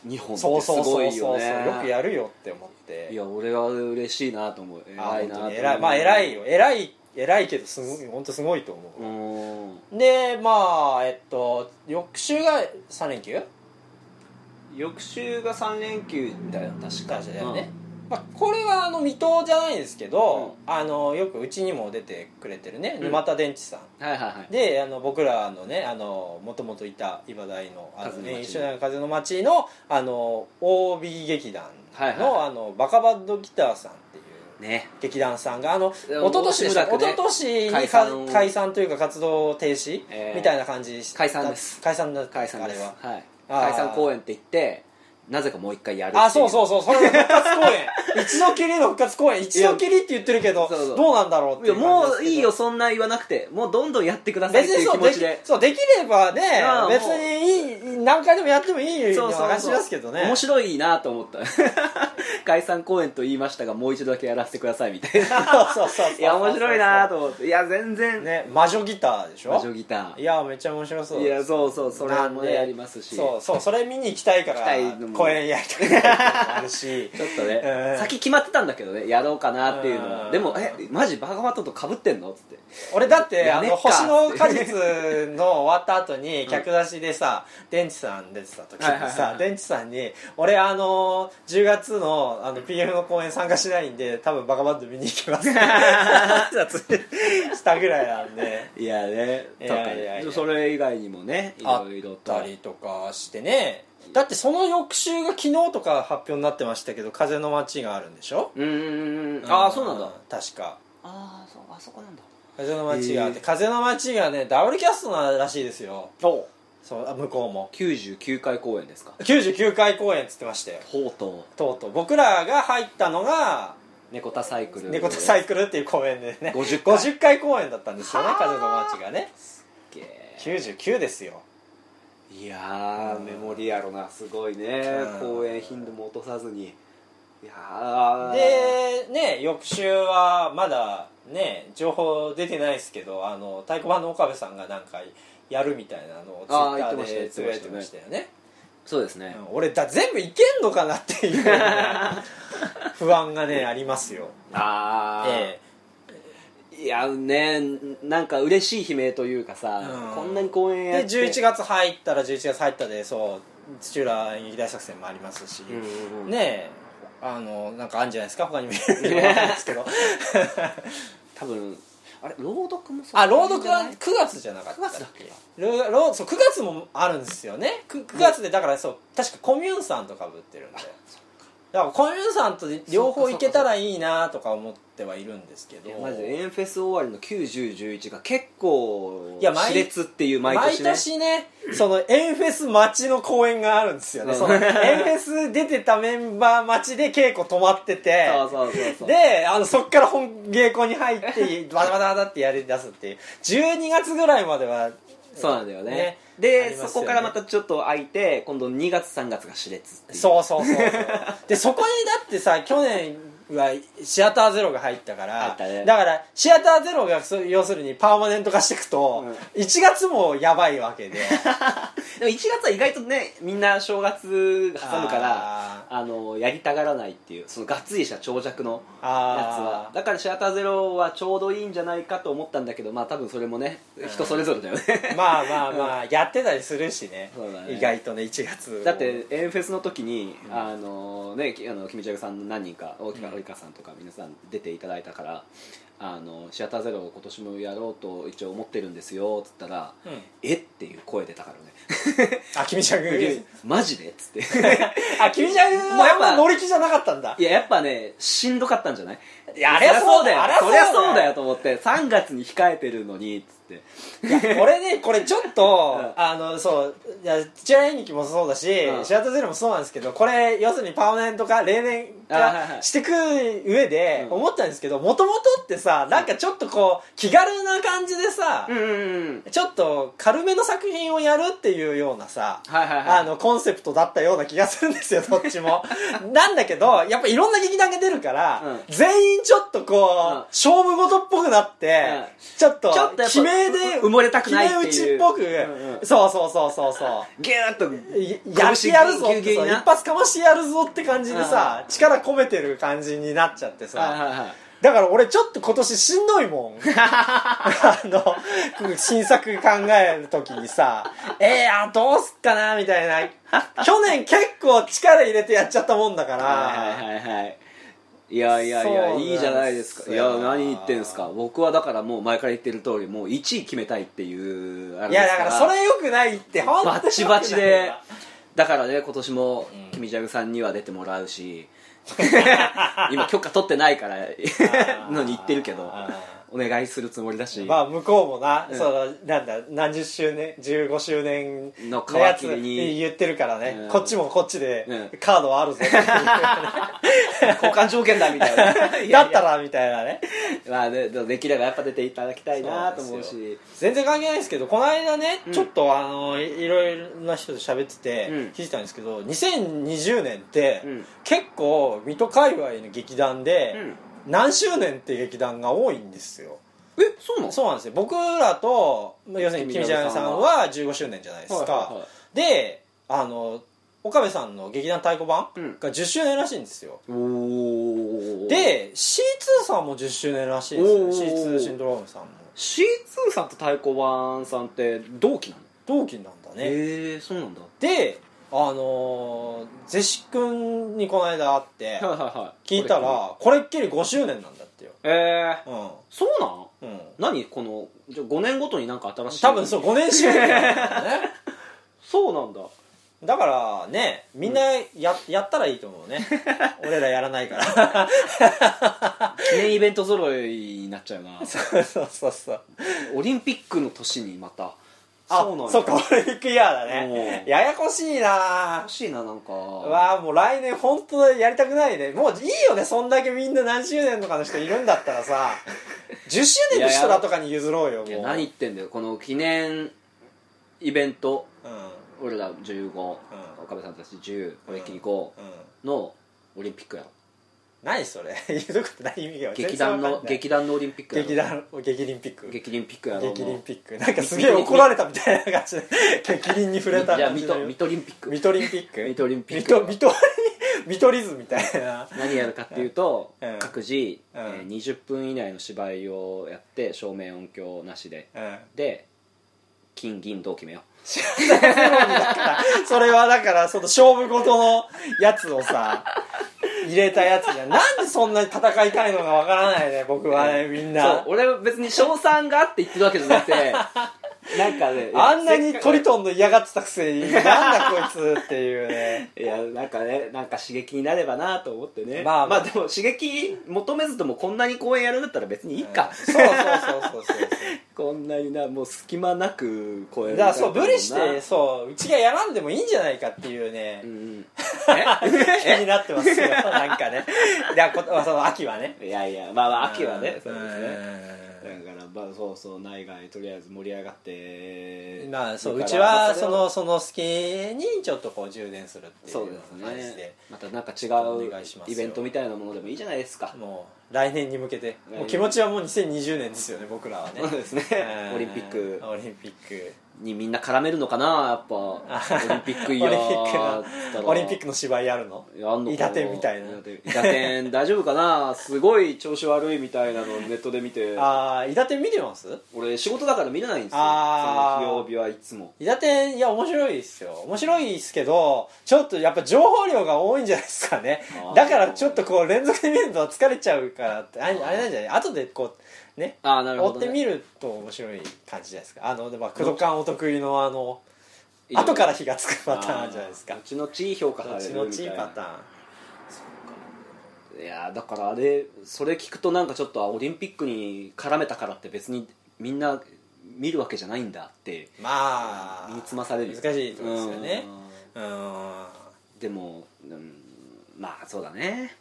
Speaker 1: 日本ってす
Speaker 2: そうそう
Speaker 1: ご
Speaker 2: そう
Speaker 1: い
Speaker 2: そ
Speaker 1: よ
Speaker 2: う
Speaker 1: ね
Speaker 2: よくやるよって思って
Speaker 1: いや俺は嬉しいなと思う偉
Speaker 2: 偉
Speaker 1: い
Speaker 2: い
Speaker 1: な
Speaker 2: な
Speaker 1: と思う
Speaker 2: 偉いまあ偉いよ偉い偉いけどすごい本当すごいと思
Speaker 1: う
Speaker 2: う、
Speaker 1: ーん
Speaker 2: でまあえっと翌週が3連休
Speaker 1: 翌週が3連休だよ確か
Speaker 2: 感じだよね、まあ、これはあの未踏じゃないですけど、あのよくうちにも出てくれてるね
Speaker 1: うん
Speaker 2: 沼田電池さん、
Speaker 1: うんはいはいはい
Speaker 2: であの僕らのねもともといた茨大のあの
Speaker 1: 風の
Speaker 2: ね
Speaker 1: 街
Speaker 2: 一緒に風の町のあの OB 劇団の,、
Speaker 1: はいはいは
Speaker 2: あのバカバッドギターさんっていう
Speaker 1: ね
Speaker 2: 劇団さんがあの一
Speaker 1: いやもう
Speaker 2: 昨年でした
Speaker 1: しばら
Speaker 2: 一
Speaker 1: くね
Speaker 2: 昨年にか
Speaker 1: 解散を
Speaker 2: 解散というか活動停止、
Speaker 1: えー
Speaker 2: みたいな感じ
Speaker 1: 解散です
Speaker 2: 解散だ
Speaker 1: 解散です
Speaker 2: あれは
Speaker 1: はい、
Speaker 2: あー
Speaker 1: 解散公演って言ってなぜかもう一回やるってい
Speaker 2: あそうそううそうそれの復活公演 一度きりの復活公演一度きりって言ってるけど
Speaker 1: そうそう
Speaker 2: どうなんだろうっ
Speaker 1: い
Speaker 2: てい
Speaker 1: や
Speaker 2: う感
Speaker 1: もう
Speaker 2: じですけど
Speaker 1: いいよそんな言わなくてもうどんどんやってくださいっ
Speaker 2: 別
Speaker 1: て
Speaker 2: に
Speaker 1: いう
Speaker 2: そ
Speaker 1: 気
Speaker 2: うで
Speaker 1: 持
Speaker 2: き
Speaker 1: ちで
Speaker 2: そうできればね
Speaker 1: ああ
Speaker 2: 別
Speaker 1: もう
Speaker 2: にいい何回でもやってもいいよ
Speaker 1: そう
Speaker 2: うな
Speaker 1: そう
Speaker 2: 話
Speaker 1: そう
Speaker 2: ですけどね
Speaker 1: 面白いなと思った 解散公演と言いましたがもう一度だけやらせてくださいみ たいな
Speaker 2: そうそうそうそう
Speaker 1: いや面白いなと思っていや全然、
Speaker 2: ね魔女ギターでしょ
Speaker 1: 魔女ギタ
Speaker 2: いやめっちゃ面白そう
Speaker 1: ーいやそうそうそれも
Speaker 2: なんで
Speaker 1: ねやりますし
Speaker 2: そうそうそれ見に行きたいから
Speaker 1: 行きたいのも
Speaker 2: 公演やりたいっていうのもある し
Speaker 1: ちょっとね、
Speaker 2: うん
Speaker 1: 先決まってたんだけどねやろうかなっていうの
Speaker 2: う
Speaker 1: は
Speaker 2: ん
Speaker 1: でもえマジバーガーマットとかぶってんのっつ って
Speaker 2: 俺だって
Speaker 1: や
Speaker 2: あ
Speaker 1: めっ
Speaker 2: の
Speaker 1: か
Speaker 2: 星の果実の終わった後に客出しでさ電池さん出てた時
Speaker 1: はいはい
Speaker 2: に
Speaker 1: はいは
Speaker 2: さ
Speaker 1: い
Speaker 2: 電池さんに「俺あの10月のあの PM の公演参加しないんで多分バカバンド見に行き ます」ってしたぐらいなんで。
Speaker 1: いやね
Speaker 2: いやいやいや
Speaker 1: とかそれ以外にもねいろいろと
Speaker 2: あったりとかしてねだってその翌週が昨日とか発表になってましたけど「風の街」があるんでしょ
Speaker 1: うーんああそうなんだ
Speaker 2: 確か
Speaker 1: あああそうあそこなんだ
Speaker 2: 風の街があって、
Speaker 1: えー
Speaker 2: 風の街がねダブルキャストならしいですよ
Speaker 1: お
Speaker 2: そうあ向こうも
Speaker 1: 99回公演ですか
Speaker 2: 99回公演っつってましたよ
Speaker 1: とうと
Speaker 2: とうとう僕らが入ったのが
Speaker 1: う猫田サイクル
Speaker 2: 猫とサ
Speaker 1: イ
Speaker 2: イクルっていう公演でね
Speaker 1: 50回
Speaker 2: 50回公演だったんですよね
Speaker 1: はあ
Speaker 2: 風の街がね
Speaker 1: クル
Speaker 2: 99ですよ
Speaker 1: いやーメモリアルなすごいね
Speaker 2: うん
Speaker 1: 公演頻度も落とさずにいやー
Speaker 2: でね翌週はまだね情報出てないですけどあの太鼓判の岡部さんがなんかやるみたいなのをツイ
Speaker 1: あー
Speaker 2: ッター
Speaker 1: 言
Speaker 2: で
Speaker 1: って
Speaker 2: つ
Speaker 1: ました言
Speaker 2: ぶやい
Speaker 1: ってて
Speaker 2: ま
Speaker 1: ま
Speaker 2: し
Speaker 1: した
Speaker 2: よね、
Speaker 1: そうですね
Speaker 2: うん俺だ全部いけんのかなってい うね、不安がねありますよ
Speaker 1: ああ、
Speaker 2: え
Speaker 1: いやねなんか嬉しい悲鳴というかさ、
Speaker 2: うん
Speaker 1: こんなに公演
Speaker 2: え
Speaker 1: や
Speaker 2: で
Speaker 1: って
Speaker 2: 11月入ったら11月入ったでそう土浦演劇大作戦もありますし、
Speaker 1: うんうんうん
Speaker 2: ねえあのなんかあるんじゃないですか他にもいろいろわかんないですけど
Speaker 1: 多分あれ朗読もそう
Speaker 2: あ朗読は9月じゃなかった
Speaker 1: 9月だっけ
Speaker 2: ろろそう9月もあるんですよね 9, 月でだからそう確かコミューンさんとかぶってるんでだからコミューンさんと両方行けたらいいなとか思ってはいるんですけ
Speaker 1: い
Speaker 2: ど
Speaker 1: やマジでエンフェス終わりの9011が結構
Speaker 2: いや毎
Speaker 1: 熾烈っていう毎
Speaker 2: 毎
Speaker 1: 年
Speaker 2: 年
Speaker 1: ね
Speaker 2: ねそのエンフェス待ちの公演があるんですよね、
Speaker 1: うん
Speaker 2: そのエンフェス出てたメンバー待ちで稽古止まってて
Speaker 1: そうそうそうそう
Speaker 2: であのそっから本稽古に入 ってバタバタバタってやり出すっていう12月ぐらいまでは
Speaker 1: そうなんだよね
Speaker 2: ねあ
Speaker 1: で
Speaker 2: りますよね
Speaker 1: そこからまたちょっと空いて今度2月3月が熾烈っていう
Speaker 2: そうそうそうそうでそこにだってさ去年はシアターゼロが入ったから
Speaker 1: 入ったね
Speaker 2: だからシアターゼロがそう要するにパーマネント化していくと、
Speaker 1: う
Speaker 2: 1月もやばいわ けで
Speaker 1: でも1月は意外とねみんな正月挟むから
Speaker 2: あー
Speaker 1: あのやりたがらないっていうそのがっつりした長尺のやつは
Speaker 2: あ
Speaker 1: だからシアターゼロはちょうどいいんじゃないかと思ったんだけどまあ多分それもね人それぞれだよね、
Speaker 2: ー まあまあまあやってたりするしね
Speaker 1: そうだね
Speaker 2: 意外とね1月
Speaker 1: だってエンフェスの時に、
Speaker 2: うん
Speaker 1: あのねきあのキムチャグさんの何人か大木か及川さんとか皆さん出ていただいたから、あのシアターゼロを今年もやろうと一応思ってるんですよっつったら、
Speaker 2: うん
Speaker 1: えっていう声出たから
Speaker 2: あ君ちゃんが
Speaker 1: ねマジでっつって
Speaker 2: あ君ちゃん
Speaker 1: もうや
Speaker 2: は
Speaker 1: っ
Speaker 2: ま
Speaker 1: ぱ
Speaker 2: あ乗り気じゃなかったんだ
Speaker 1: いややっぱねしんどかったんじゃない
Speaker 2: いやあれはそうだよ
Speaker 1: そりゃそりゃ
Speaker 2: あれは
Speaker 1: そ
Speaker 2: そうう
Speaker 1: だ
Speaker 2: だ
Speaker 1: よ
Speaker 2: よ
Speaker 1: と思って3月に控えてるのにっつって
Speaker 2: いや俺ねこれちょっと、
Speaker 1: うん
Speaker 2: あのそういや土屋演劇もそうだし、
Speaker 1: うん
Speaker 2: シアターゼロもそうなんですけどこれ要するにパーマネント化例年
Speaker 1: あはいは
Speaker 2: 化
Speaker 1: い
Speaker 2: してく上で
Speaker 1: うん
Speaker 2: 思ったんですけどもともとってさなんかちょっとこう気軽な感じでさ、
Speaker 1: んうん
Speaker 2: ちょっと軽めの作品をやるっていうようなさ、
Speaker 1: はいはいはい
Speaker 2: あのコンセプトだったような気がするんですよどっち もなんだけどやっぱいろんな劇団が出るから、
Speaker 1: うん
Speaker 2: 全員ちょっとこう、
Speaker 1: うん
Speaker 2: 勝負事っぽくなって、
Speaker 1: うん
Speaker 2: ちょっと
Speaker 1: ちょっとやっぱ
Speaker 2: 悲鳴で
Speaker 1: 埋もれたくないっていう
Speaker 2: 決め打ちっぽく、
Speaker 1: うんうん
Speaker 2: そうそうそうそうそ
Speaker 1: ギューッと
Speaker 2: ういやってやるぞ
Speaker 1: ぎゅ
Speaker 2: っ
Speaker 1: うぎゅ
Speaker 2: て
Speaker 1: うぎゅう
Speaker 2: そう
Speaker 1: に
Speaker 2: 一
Speaker 1: な
Speaker 2: 発かましてやるぞって感じでさ、力込めてる感じになっちゃってさ、
Speaker 1: はいはいはい
Speaker 2: だから俺ちょっと今年しんどい もん。あの、新作考えるときにさ、えー、あどうすっかなみたいな。去年結構力入れてやっちゃったもんだから。
Speaker 1: はいはいはいはいいやいやい
Speaker 2: そうな
Speaker 1: や
Speaker 2: んですよ
Speaker 1: いいじゃないですかいや何言ってんすか僕はだからもう前から言ってる通りもう1位決めたいっていうあれ
Speaker 2: い
Speaker 1: です
Speaker 2: やだからそれ良くないって、本当
Speaker 1: バ
Speaker 2: に良くな
Speaker 1: ッ
Speaker 2: い
Speaker 1: チバチ でだからね今年も
Speaker 2: うん
Speaker 1: 君ジャグさんには出てもらうし 今許可取ってないからのに言ってるけど
Speaker 2: あー
Speaker 1: お願いするつもりだし
Speaker 2: まあ向こうもな、
Speaker 1: うん
Speaker 2: そのなんだ何十周年15周年
Speaker 1: の
Speaker 2: のや
Speaker 1: 皮
Speaker 2: つ
Speaker 1: 切りに
Speaker 2: 言ってるからね、
Speaker 1: うん
Speaker 2: こっちもこっちで、
Speaker 1: うん
Speaker 2: カードはある ぞっていう
Speaker 1: 交換条件だみたい な
Speaker 2: だったらみたいなね
Speaker 1: まあねでもできればやっぱ出ていただきたいなと思う
Speaker 2: そう
Speaker 1: し
Speaker 2: 全然関係ないですけどこの間ね、
Speaker 1: うん
Speaker 2: ちょっとあのいいろいろな人と喋ってて、
Speaker 1: うん
Speaker 2: 聞いてたんですけど2020年って、
Speaker 1: うん
Speaker 2: 結構水戸界隈の劇団で、何周年っていう劇団が多いんですよ
Speaker 1: えそうなの
Speaker 2: そうなんですよ僕らとまあ要するに
Speaker 1: 君
Speaker 2: 君
Speaker 1: ち
Speaker 2: ち
Speaker 1: ゃ
Speaker 2: ゃ
Speaker 1: ん
Speaker 2: ん
Speaker 1: さ
Speaker 2: さ
Speaker 1: んは
Speaker 2: んは15周年じゃないですか、
Speaker 1: はいはいはい
Speaker 2: であの岡部さんの劇団太鼓判
Speaker 1: うん
Speaker 2: が10周年らしいんですよ、
Speaker 1: おお
Speaker 2: で C2 さんも10周年らしいん
Speaker 1: お
Speaker 2: ですよ
Speaker 1: ー
Speaker 2: C2 シンドロームさんも
Speaker 1: C2 さんと太鼓判さんって同期なの
Speaker 2: 同期なんだね
Speaker 1: へえそうなんだは
Speaker 2: であのーゼシ君にこの間会って
Speaker 1: いはいはい
Speaker 2: 聞いたらこれっきり5周年なんだってよ
Speaker 1: えー、
Speaker 2: う
Speaker 1: そうなん
Speaker 2: んうん
Speaker 1: 何このじゃあ5年ごとになんか新しい
Speaker 2: 多分そうう5年周年なんだ ね
Speaker 1: そうなんだ
Speaker 2: だからね みんなややったらいいと思うね俺らやらないから
Speaker 1: 記念イベント揃いになっちゃうな
Speaker 2: そうそうそうそう
Speaker 1: オリンピックの年にまた
Speaker 2: あ
Speaker 1: なんや
Speaker 2: そうかオリンピックイヤーだ
Speaker 1: ね
Speaker 2: ねややこしいな
Speaker 1: 欲しいななんか
Speaker 2: わあもう来年本当やりたくないねもういいよねそんだけみんな何周年とかの人いるんだったら さ10周年の人だとかに譲ろうよ
Speaker 1: いや
Speaker 2: もう
Speaker 1: 何言ってんだよこの記念イベント
Speaker 2: うんうん
Speaker 1: 俺ら15、岡部さんたち10俺っきり5
Speaker 2: うん
Speaker 1: のオリンピックやろ
Speaker 2: 何それ 言うとことない意味が
Speaker 1: 劇団の
Speaker 2: 劇
Speaker 1: 劇団のオリンピックやろ
Speaker 2: 劇団劇リンピック
Speaker 1: 激リンピックやろ
Speaker 2: 激リ
Speaker 1: ッ
Speaker 2: ンピックなんかすげえ怒られたみたいな感じで 激リンに触れた
Speaker 1: じゃあ
Speaker 2: 感
Speaker 1: ミ
Speaker 2: じの
Speaker 1: トミトリンピック
Speaker 2: ミトリンピック
Speaker 1: ミトリンピック
Speaker 2: ミトミトミトリズムみたいな
Speaker 1: 何やるかっていうと、
Speaker 2: うん
Speaker 1: 各自、
Speaker 2: うん
Speaker 1: えー20分以内の芝居をやって照明音響なしで
Speaker 2: うん
Speaker 1: で金銀銅決めよ
Speaker 2: それはだからその勝負事のやつをさ入れたやつじゃんなんでそんなに戦いたいのかわからないね僕はねみ
Speaker 1: う
Speaker 2: ん
Speaker 1: そう
Speaker 2: な
Speaker 1: 俺は別に賞賛があって言ってるわけじゃなくて なんかね
Speaker 2: あんなにトリ
Speaker 1: と
Speaker 2: トンの嫌がってたくせになんだこいつっていうね
Speaker 1: いやなんかねなんか刺激になればなと思ってね
Speaker 2: まあ
Speaker 1: まあでも刺激求めずともこんなに公演やるんだったら別にいいか、
Speaker 2: そうそうそうそうそう
Speaker 1: こんなになもう隙間なく公演
Speaker 2: だからそう
Speaker 1: や
Speaker 2: 無
Speaker 1: るんだ
Speaker 2: 理してそううちがやらんでもいいんじゃないかっていうね
Speaker 1: うんうん
Speaker 2: 気になっ てますよなんかねいやこその秋はね
Speaker 1: えいやいやまあまあ秋はねそうですね
Speaker 2: うん
Speaker 1: だから、まあ、そうそう内外とりあえず盛り上がって
Speaker 2: まあそ
Speaker 1: だ
Speaker 2: うう
Speaker 1: から
Speaker 2: ちは
Speaker 1: れ
Speaker 2: そ
Speaker 1: を
Speaker 2: のその助にちょっとこう充電するっていう
Speaker 1: そうです
Speaker 2: 感じで
Speaker 1: ねまたなんか違
Speaker 2: お願いしま
Speaker 1: う
Speaker 2: す
Speaker 1: イ
Speaker 2: よ
Speaker 1: ベントみたいなものでもいいじゃないですか
Speaker 2: もう来年に向けて
Speaker 1: 来年
Speaker 2: もう気持ちはもう2020年ですよね僕らはね
Speaker 1: そうですね
Speaker 2: うん
Speaker 1: オリンピック
Speaker 2: オリンピック
Speaker 1: にみんな絡めるのかなやっぱオリンピックイヤ
Speaker 2: オリンピ
Speaker 1: ーだっ
Speaker 2: ッ
Speaker 1: た
Speaker 2: ク
Speaker 1: ら
Speaker 2: のオリンピックの芝居やるの
Speaker 1: やんのかな
Speaker 2: 伊達みたいな
Speaker 1: 伊達大丈夫かなすごい調子悪いみたいなのをネットで見て
Speaker 2: ああ伊達見てます
Speaker 1: 俺仕事だから見れないんですよそ
Speaker 2: あー
Speaker 1: の日曜日はいつも
Speaker 2: 伊達いや面白いですよ面白いですけどちょっとやっぱ情報量が多いんじゃないですかね
Speaker 1: あー
Speaker 2: だからちょっとこう連続で見ると疲れちゃうからってあれあれなんじゃない後でこうね
Speaker 1: ああなる
Speaker 2: 追
Speaker 1: ほ
Speaker 2: っ
Speaker 1: ど、
Speaker 2: て
Speaker 1: ね、
Speaker 2: みると面白い感じじゃないですかあのでまあ工藤館お得意のあの
Speaker 1: 以上
Speaker 2: 後から火がつくパターンじゃないですか
Speaker 1: 後々評価され
Speaker 2: 後
Speaker 1: るみ
Speaker 2: 々
Speaker 1: たいな
Speaker 2: パターン
Speaker 1: いやーだからあれそれ聞くとなんかちょっとあオリンピックに絡めたからって別にみんな見るわけじゃないんだって
Speaker 2: まあ
Speaker 1: 身につまされるよ
Speaker 2: 難しいところですよねうん
Speaker 1: うんでも、うん、まあそうだね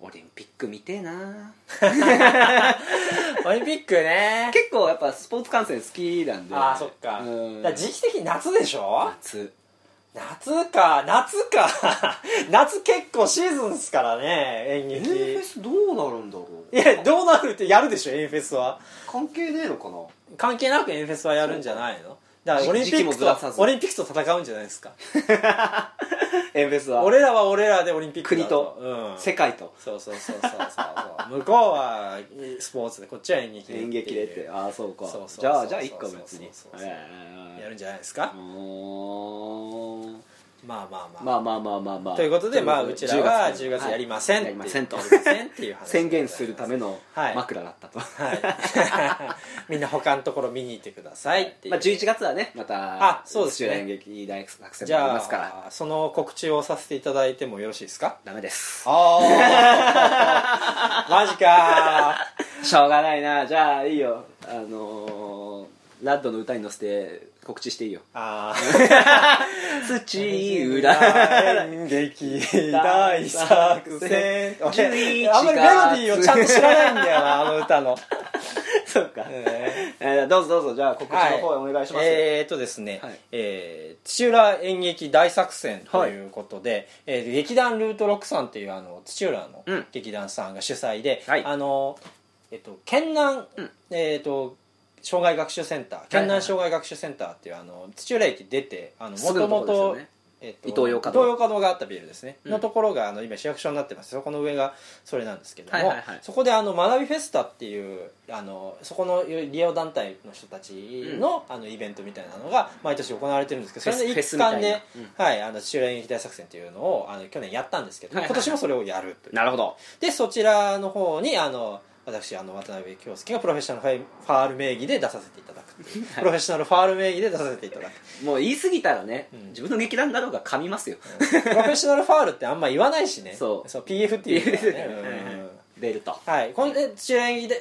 Speaker 1: オリンピック見てえな
Speaker 2: オリンピックね
Speaker 1: 結構やっぱスポーツ観戦好きなんで
Speaker 2: ああそっか,、
Speaker 1: うん、
Speaker 2: だから時期的に夏でしょ
Speaker 1: 夏
Speaker 2: 夏か夏か 夏結構シーズンですからね演
Speaker 1: エン
Speaker 2: 劇、
Speaker 1: フェスどうなるんだろう
Speaker 2: いやどうなるってやるでしょエンフェスは
Speaker 1: 関係ねえのか な
Speaker 2: 関係なくエンフェスはやるんじゃないのだからオリンピ
Speaker 1: 時期
Speaker 2: ッ
Speaker 1: も
Speaker 2: ク
Speaker 1: ずらさず
Speaker 2: とオリンピックと戦うんじゃないですか
Speaker 1: エンフェスは
Speaker 2: 俺らは俺らでオリンピックだ
Speaker 1: 国と
Speaker 2: うん、
Speaker 1: 世界と
Speaker 2: そうそうそうそうそうそう向こうはスポーツでこっちは演劇で
Speaker 1: 演劇でって
Speaker 2: いう
Speaker 1: ああそうか
Speaker 2: そうそうそう
Speaker 1: じゃあじゃあ一個別に
Speaker 2: そうそうそうそうや
Speaker 1: や
Speaker 2: るんじゃないですか、まあまあまあ、
Speaker 1: まあまあまあまあまあ
Speaker 2: ということでまあうちらは10月
Speaker 1: は
Speaker 2: やりません
Speaker 1: やりませんと
Speaker 2: やりませんっていう話
Speaker 1: 宣言するための
Speaker 2: はい
Speaker 1: 枕だったと
Speaker 2: はい みんな他のところ見に行ってくださいっていう、
Speaker 1: まあ11月はねまた
Speaker 2: あそうですね
Speaker 1: 土浦演劇大作戦
Speaker 2: じ
Speaker 1: もありますから
Speaker 2: ゃあその告知をさせていただいてもよろしいですか
Speaker 1: ダメです
Speaker 2: ああ マジか
Speaker 1: しょうがないなじゃあいいよあのーラッドの歌に乗せて告知して いいよ
Speaker 2: ああ
Speaker 1: 土 浦
Speaker 2: 演劇大作戦
Speaker 1: 11月
Speaker 2: 俺あんまりメロディーをちゃんと知らないんだよなあの歌の、
Speaker 1: そっか えーどうぞどうぞじゃあ告知の方へお願いします
Speaker 2: えーっとですね、
Speaker 1: はい
Speaker 2: えー土浦演劇大作戦ということで、えー劇団ルートロックさんっていうあの土浦の
Speaker 1: うん
Speaker 2: 劇団さんが主催で、
Speaker 1: はい
Speaker 2: あのえっと県南、
Speaker 1: ん
Speaker 2: えーっと障害学習センター県南障害学習センターっていうあの土浦駅出てあの
Speaker 1: す
Speaker 2: も
Speaker 1: ぐの
Speaker 2: と
Speaker 1: とこ
Speaker 2: も
Speaker 1: ですよ
Speaker 2: と
Speaker 1: ね
Speaker 2: えっ
Speaker 1: イトーヨーカドー
Speaker 2: イトーヨーカドーがあったビルですね、
Speaker 1: うん
Speaker 2: のところがあの今市役所になってますそこの上がそれなんですけども、
Speaker 1: はいはいはい
Speaker 2: そこであの学びフェスタっていうあのそこの利用団体の人たちの,、あのイベントみたいなのが毎年行われてるんですけどそれの
Speaker 1: フェスフ
Speaker 2: 一
Speaker 1: ェス
Speaker 2: 環
Speaker 1: みたい
Speaker 2: で
Speaker 1: なうん、
Speaker 2: はい、あの土浦演劇大作戦っていうのをあの去年やったんですけど、
Speaker 1: はいはいはい
Speaker 2: 今年もそれをやるという
Speaker 1: なるほど
Speaker 2: でそちらの方にあの私あの渡辺京介がプロフェッショナルファイファール名義で出させていただ くっていうプロフェッショナルファール名義で出させていただく
Speaker 1: もう言い過ぎたらね、
Speaker 2: うん
Speaker 1: 自分の劇団だろうが噛みますよ
Speaker 2: プロフェッショナルファウルってあんま言わないしね
Speaker 1: そう
Speaker 2: そう PF っていうからね
Speaker 1: はいはい
Speaker 2: うん
Speaker 1: 出ると
Speaker 2: はい、このえ土浦演劇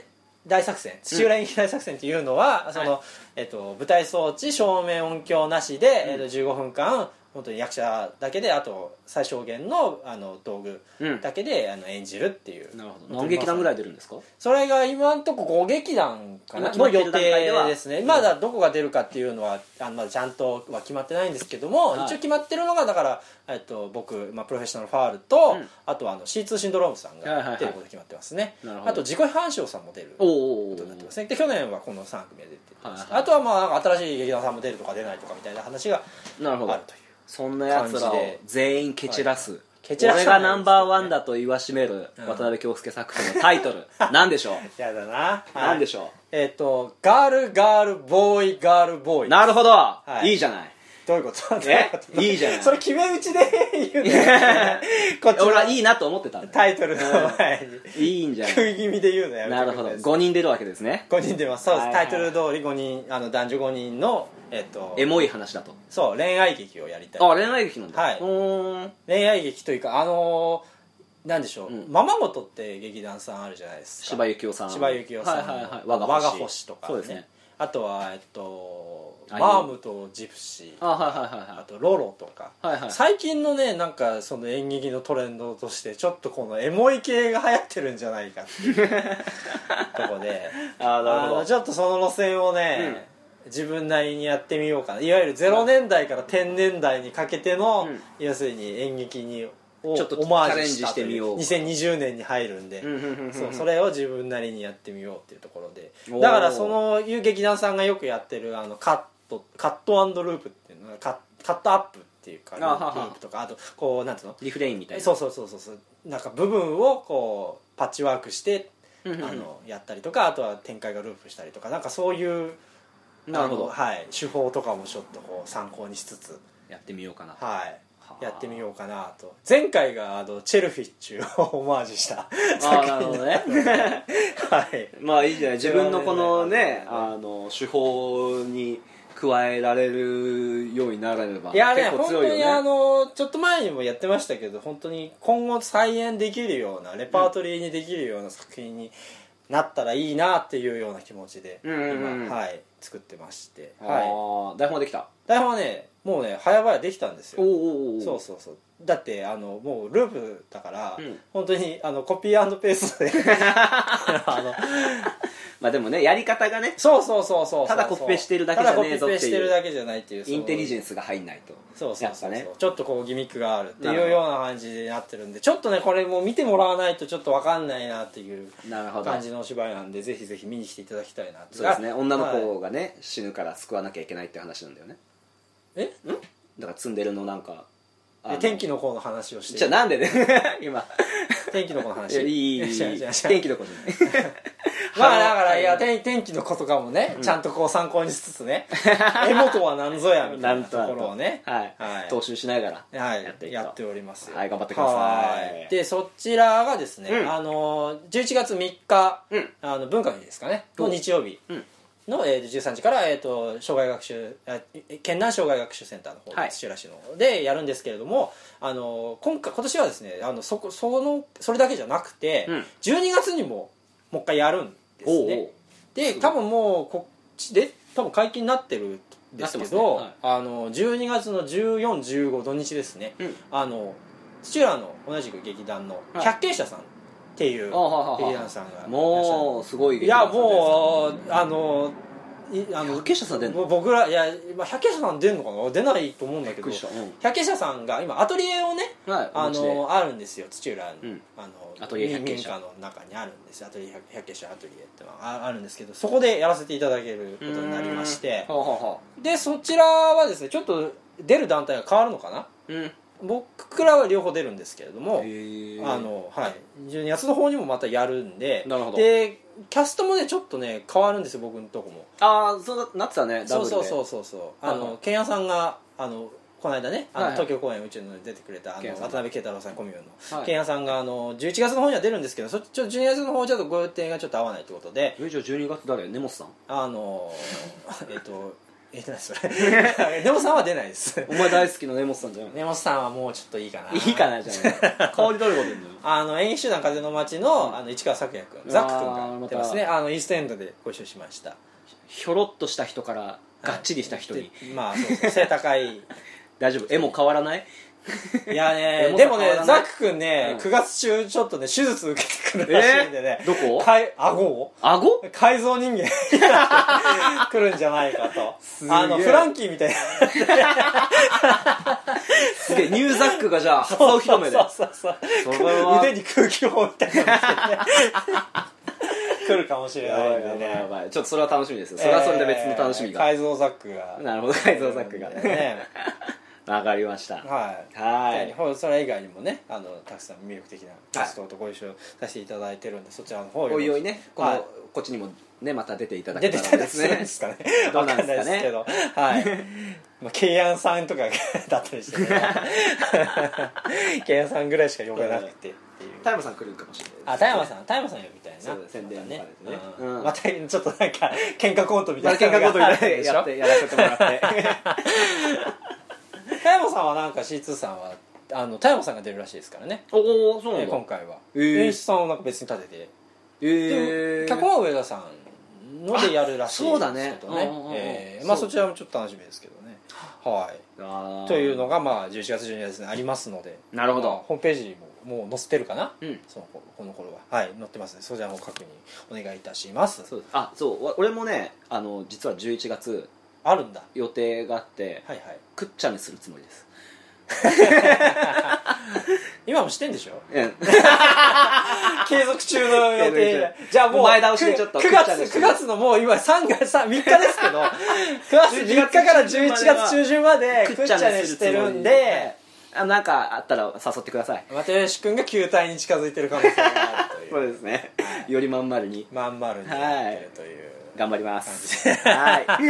Speaker 2: 大作戦土浦演劇大作戦っていうのは、その、えっと、舞台装置照明音響なしで、えっと、15分間本当に役者だけであと最小限のあの道具
Speaker 1: うん
Speaker 2: だけで、あの演じるっていう
Speaker 1: なるほど何劇団ぐらい出るんですか
Speaker 2: それが今んとこ5劇団か
Speaker 1: 今
Speaker 2: な
Speaker 1: 決ま
Speaker 2: の
Speaker 1: って
Speaker 2: 予
Speaker 1: る段階では
Speaker 2: 定ですねまだどこが出るかっていうのはあのまだちゃんとは決まってないんですけども、
Speaker 1: はい
Speaker 2: 一応決まってるのがだから、えっと、僕、まあ、プロフェッショナルファールと、
Speaker 1: うん
Speaker 2: あとはあの C2 シンドロームさん
Speaker 1: はいはいは
Speaker 2: が
Speaker 1: い
Speaker 2: 出ることが決まってますね、
Speaker 1: なるほど
Speaker 2: あと自己反証さんも出る
Speaker 1: お
Speaker 2: こ
Speaker 1: ーおー
Speaker 2: とになってますねで去年はこの3組が出てます、
Speaker 1: はいはい
Speaker 2: あとはまあなんか新しい劇団さんも出るとか出ないとかみたいな話が
Speaker 1: なるほ
Speaker 2: あ
Speaker 1: ど
Speaker 2: るという
Speaker 1: そんなやつらを全員蹴散らす、
Speaker 2: 蹴散ら
Speaker 1: 俺
Speaker 2: し
Speaker 1: が
Speaker 2: たんだよ
Speaker 1: ナンバーワンだと言わしめる
Speaker 2: うん
Speaker 1: 渡辺京介作品のタイトルなんでしょう
Speaker 2: やだな、
Speaker 1: な
Speaker 2: はい
Speaker 1: んでしょ
Speaker 2: えっとガールガールボーイガールボ
Speaker 1: う
Speaker 2: ーイ
Speaker 1: なるほど、
Speaker 2: い
Speaker 1: い、いじゃない
Speaker 2: どういうこと
Speaker 1: え
Speaker 2: どううこと
Speaker 1: いいじゃない
Speaker 2: それ決め打ちで言うのやめてこっち
Speaker 1: 俺はい
Speaker 2: の
Speaker 1: いなと思ってたんだ
Speaker 2: タイトルの前に
Speaker 1: いいんじゃない
Speaker 2: 食 い気味で言うのやめて
Speaker 1: なるほど
Speaker 2: 5
Speaker 1: 5人出るわけですね
Speaker 2: 人出ますそうです、
Speaker 1: はいはい
Speaker 2: タイトル通り五人あの男女5人のえっと
Speaker 1: エモい話だと
Speaker 2: そう恋愛劇をやりたい
Speaker 1: あ恋愛劇なんだ、
Speaker 2: はいう
Speaker 1: ーん
Speaker 2: 恋愛劇というかあのーなんでしょう、
Speaker 1: うん
Speaker 2: ままごとって劇団さんあるじゃないですか
Speaker 1: 柴幸夫さん
Speaker 2: 柴幸夫さんの
Speaker 1: はいはいはい
Speaker 2: 我が
Speaker 1: 我
Speaker 2: 星
Speaker 1: が星
Speaker 2: とか、ね、
Speaker 1: そうですね
Speaker 2: あとはえっと
Speaker 1: あ
Speaker 2: マームとジプシー
Speaker 1: あはいはいはい
Speaker 2: あ
Speaker 1: は
Speaker 2: とロロとか
Speaker 1: いはいはい
Speaker 2: 最近のねなんかその演劇のトレンドとしてちょっとこのエモい系が流行ってるんじゃないかっていう とこで
Speaker 1: あー
Speaker 2: あのちょっとその路線をね、自分なりにやってみようかないわゆる0年代から10年代にかけての、
Speaker 1: うん
Speaker 2: 要するに演劇にを
Speaker 1: ちょっと
Speaker 2: オマージュし
Speaker 1: チャレンジし
Speaker 2: た
Speaker 1: てみよう
Speaker 2: という2020年に入るんで、
Speaker 1: うんうんうんうん
Speaker 2: そうそれを自分なりにやってみようっていうところで
Speaker 1: おー
Speaker 2: だからそのいう劇団さんがよくやってるあのカットカットアンドループっていうのがカカットアップっていうか
Speaker 1: あ
Speaker 2: ルー
Speaker 1: はは
Speaker 2: ループとかあとこうなんつうの
Speaker 1: リフレインみたいな
Speaker 2: そううそうそうそうそうなんか部分をこうパッチワークして
Speaker 1: あ
Speaker 2: あのやったりとかあとは展開がループしたりとかなんかそういう
Speaker 1: なるほ
Speaker 2: あの
Speaker 1: ど
Speaker 2: はい、手法とかもちょっとこう参考にしつつ、
Speaker 1: やってみようかな
Speaker 2: はい、
Speaker 1: はあ
Speaker 2: やってみようかなと前回があのチェルフィッチュをオマージュした
Speaker 1: あ
Speaker 2: 作
Speaker 1: あなる
Speaker 2: 品
Speaker 1: ほ
Speaker 2: で、
Speaker 1: ど ね
Speaker 2: はい、
Speaker 1: まあいいじゃない自分のこのね
Speaker 2: それは
Speaker 1: あの手法に加えられるようになれれば
Speaker 2: いやね
Speaker 1: 結構
Speaker 2: 本
Speaker 1: 強
Speaker 2: 当
Speaker 1: い
Speaker 2: にあ
Speaker 1: よね
Speaker 2: のちょっと前にもやってましたけど本当に今後再演できるようなレパートリーにできるような作品になったらいいなっていうような気持ちで
Speaker 1: うんう
Speaker 2: 今、
Speaker 1: んうん
Speaker 2: はい、作ってまして、
Speaker 1: あ
Speaker 2: はい、
Speaker 1: ー台本できた
Speaker 2: 台本はねもうね早々できたんですよ
Speaker 1: おーおーおー
Speaker 2: そうそうそうだってあのもうループだから、
Speaker 1: うん
Speaker 2: 本当にあのコピーペースト であの
Speaker 1: まあでもねやり方がね
Speaker 2: そうそうそうそう
Speaker 1: ただコピペしてるだけじゃねえぞ
Speaker 2: ただコ
Speaker 1: って
Speaker 2: ピ
Speaker 1: いう
Speaker 2: ペしてるだけじゃないっていう
Speaker 1: インテリジェ
Speaker 2: ン
Speaker 1: ンスが入んないと
Speaker 2: そうそうそうそう、
Speaker 1: やっぱね
Speaker 2: ちょっとこうギミックがあるって
Speaker 1: なる
Speaker 2: い
Speaker 1: ほ
Speaker 2: う
Speaker 1: ど
Speaker 2: ような感じになってるんでちょっとねこれもう見てもらわないとちょっとわかんないなっていう
Speaker 1: なるほど
Speaker 2: 感じのお芝居なんでぜひぜひ見に来ていただきたいなって
Speaker 1: そうですね
Speaker 2: あ
Speaker 1: 女の
Speaker 2: はい
Speaker 1: 子がね、死ぬから救わなきゃいけないって話なんだよね
Speaker 2: え
Speaker 1: だからツンデレのなんかあ
Speaker 2: え
Speaker 1: の
Speaker 2: 天気の子の話をして
Speaker 1: じゃあなんでね 今
Speaker 2: 天気の子の
Speaker 1: い
Speaker 2: 話
Speaker 1: やいいいいいい
Speaker 2: 違う違う違う
Speaker 1: 天気の子じゃない
Speaker 2: まあだからいや天天気の子とかもね、ちゃんとこう参考にしつつ ねエモとは何ぞやみた いなところをね
Speaker 1: はい、
Speaker 2: はい
Speaker 1: 踏襲しながら
Speaker 2: はい、
Speaker 1: やっ
Speaker 2: やって
Speaker 1: い
Speaker 2: て
Speaker 1: くと
Speaker 2: おります
Speaker 1: はい頑張ってください
Speaker 2: はでそちらがですね、
Speaker 1: うん
Speaker 2: あのー11月3日、
Speaker 1: うん
Speaker 2: あの文化の日ですかね
Speaker 1: お
Speaker 2: の日曜日
Speaker 1: うん
Speaker 2: の、えー、13時から、えー、と障害学習あ県南障害学習センターの方
Speaker 1: はい
Speaker 2: で土浦市の方でやるんですけれどもあのー今回今年はですねあのそこそのそれだけじゃなくて、
Speaker 1: うん
Speaker 2: 12月にももう一回やるんですね
Speaker 1: おうおう
Speaker 2: で多分もうこっちで多分解禁になってるんですけど
Speaker 1: なって
Speaker 2: あの12月の1415土日ですね、
Speaker 1: うん
Speaker 2: あの土浦の同じく劇団の
Speaker 1: はい
Speaker 2: 百景社さんっていう
Speaker 1: あははは
Speaker 2: 劇団さんが
Speaker 1: もうすごい
Speaker 2: いらっしゃるいや
Speaker 1: う
Speaker 2: もうあのいあの
Speaker 1: 百景社さん出んの
Speaker 2: ぼ僕らいや、まあ、百景社さん出るのかな出ないと思うんだけど
Speaker 1: う
Speaker 2: 百景社さんが今アトリエをね
Speaker 1: んはい
Speaker 2: あ
Speaker 1: お家で
Speaker 2: のあるんですよ土浦に、
Speaker 1: うん
Speaker 2: あの
Speaker 1: アトリエ
Speaker 2: 民
Speaker 1: 百景
Speaker 2: 民
Speaker 1: 社
Speaker 2: 家の中にあるんですアトリエ百景社アトリエってのはああるんですけどそこでやらせていただけることになりまして
Speaker 1: はあはあはあ
Speaker 2: でそちらはですねちょっと出る団体が変わるのかな
Speaker 1: うん
Speaker 2: 僕らは両方出るんですけれども、
Speaker 1: へえ
Speaker 2: あのはい12月の方にもまたやるんで
Speaker 1: なるほど
Speaker 2: でキャストもねちょっとね変わるんですよ僕のとこも
Speaker 1: ああそうなってたねダブ
Speaker 2: そう
Speaker 1: ルで
Speaker 2: そうそううそうそう
Speaker 1: は
Speaker 2: あ
Speaker 1: いはい
Speaker 2: のケンヤさんがあのこの間ねあの、
Speaker 1: はいはい
Speaker 2: 東京公演宇宙の出てくれたあ
Speaker 1: ケンヤ
Speaker 2: の
Speaker 1: さん
Speaker 2: 渡辺慶太郎さんコミューンの
Speaker 1: はい
Speaker 2: けんやさんがあの11月の方には出るんですけどそっちちょ12月の方ちょっとご予定がちょっと合わないってことで
Speaker 1: えじゃあ12月誰根本さん
Speaker 2: あの えっとえ何それ 根本さんは出ないです
Speaker 1: お前大好きな根本さんじゃない
Speaker 2: 根本さんはもうちょっといいかない
Speaker 1: いかなじゃ ない香りどれこと言うの
Speaker 2: あの演習団風の街の,、あの市川朔也君ザック君が出ますねあのイーストエンドでご一緒しました
Speaker 1: ひょろっとした人からがっちりした人に、
Speaker 2: でまあそうそう背 高いい
Speaker 1: 大丈夫絵も変わらない
Speaker 2: やね
Speaker 1: 根
Speaker 2: で
Speaker 1: 本さん
Speaker 2: もね
Speaker 1: 変わらない
Speaker 2: ザック君ね、
Speaker 1: うん
Speaker 2: 9月中ちょっとね手術受けてくるらしいんでね、
Speaker 1: えーどこ
Speaker 2: かい顎を
Speaker 1: 顎
Speaker 2: 改造人間 になって来るんじゃないかと
Speaker 1: すげえ
Speaker 2: あのフランキーみたいな
Speaker 1: すげえニューザックがじゃあ初お披露目で
Speaker 2: そうそうそう
Speaker 1: それは
Speaker 2: 腕に空気砲みたいなのつ けて来るかもしれ
Speaker 1: や
Speaker 2: な
Speaker 1: ばい
Speaker 2: いんで
Speaker 1: やばいや
Speaker 2: ね
Speaker 1: ばいちょっとそれは楽しみですよそれはそれで別の楽しみが、
Speaker 2: えー改造ザックが
Speaker 1: なる ほど改造作が
Speaker 2: ね
Speaker 1: わかりましたは
Speaker 2: はい
Speaker 1: い
Speaker 2: ほそれ以外にもねあのたくさん魅力的なゲストとご一緒させていただいてるんで、そちらの方
Speaker 1: おいおいねこの、
Speaker 2: はい
Speaker 1: こっちにもねまた出ていただけ
Speaker 2: 出
Speaker 1: た
Speaker 2: て
Speaker 1: ら
Speaker 2: きたり
Speaker 1: ですす
Speaker 2: るん
Speaker 1: ね
Speaker 2: ですかね
Speaker 1: どう
Speaker 2: わ
Speaker 1: な
Speaker 2: か
Speaker 1: ん
Speaker 2: ん
Speaker 1: で
Speaker 2: な
Speaker 1: すか
Speaker 2: い
Speaker 1: ね
Speaker 2: ですけどはいまあケイアンさんとかだったりしてね ケイアンさんぐらいしか呼べなくてっていう
Speaker 1: 田山さん来るかもしれない
Speaker 2: あ、田山さん、田山さんよみたい
Speaker 1: そう
Speaker 2: な。
Speaker 1: だ宣伝とかですね
Speaker 2: また
Speaker 1: うん
Speaker 2: またちょっとなんか、喧嘩コントみた
Speaker 1: ま
Speaker 2: い
Speaker 1: た
Speaker 2: な。
Speaker 1: 喧嘩こと
Speaker 2: が
Speaker 1: や
Speaker 2: あるでしょ
Speaker 1: ってやらせてもらって
Speaker 2: 田山さんはなんか C2 さんは、あの、田山さんが出るらしいですからね。
Speaker 1: おおそうな
Speaker 2: え
Speaker 1: んだ
Speaker 2: 今回は。
Speaker 1: えー
Speaker 2: 演出さんをなんか別に立てて。
Speaker 1: え
Speaker 2: で脚本は上田さんのでやるらしい
Speaker 1: あそうだね
Speaker 2: ですけど
Speaker 1: うんうんうん
Speaker 2: えーまあ
Speaker 1: そう
Speaker 2: そちらもちょっと楽しみですけどね。はい。というのがまあ11月12日ですね、ありますので。
Speaker 1: なるほど
Speaker 2: まあホームページももう載せてるかな
Speaker 1: うん
Speaker 2: そのこの頃は。はい、載ってますね。そちらも確認お願いいたします。
Speaker 1: そうですあそうわ俺もねあの実は11月
Speaker 2: あるんだ。
Speaker 1: 予定があって
Speaker 2: はいはい。
Speaker 1: くっちゃめするつもりです
Speaker 2: 今もしてんでしょ
Speaker 1: え
Speaker 2: 継続中 の予
Speaker 1: 継
Speaker 2: 定
Speaker 1: 続
Speaker 2: じゃあもう
Speaker 1: 前倒しでちょっと
Speaker 2: 9
Speaker 1: 食っちゃうんで
Speaker 2: 月
Speaker 1: すけ
Speaker 2: 九
Speaker 1: ど
Speaker 2: 月のもう今3月3 3日ですけど 9月3日から11月中旬までくっちゃねしてるんで
Speaker 1: あなんかあったら誘ってください
Speaker 2: 又吉君が球体に近づいてる可能性があると いう
Speaker 1: そうですねよりまん丸に
Speaker 2: まん丸になってるという、
Speaker 1: 頑張りますはい
Speaker 2: はい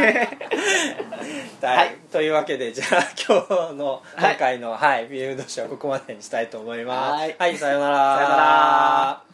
Speaker 1: はい
Speaker 2: というわけでじゃあ今日の今回の、はいビールドシはここまでにしたいと思います
Speaker 1: はい
Speaker 2: さようなら
Speaker 1: さようなら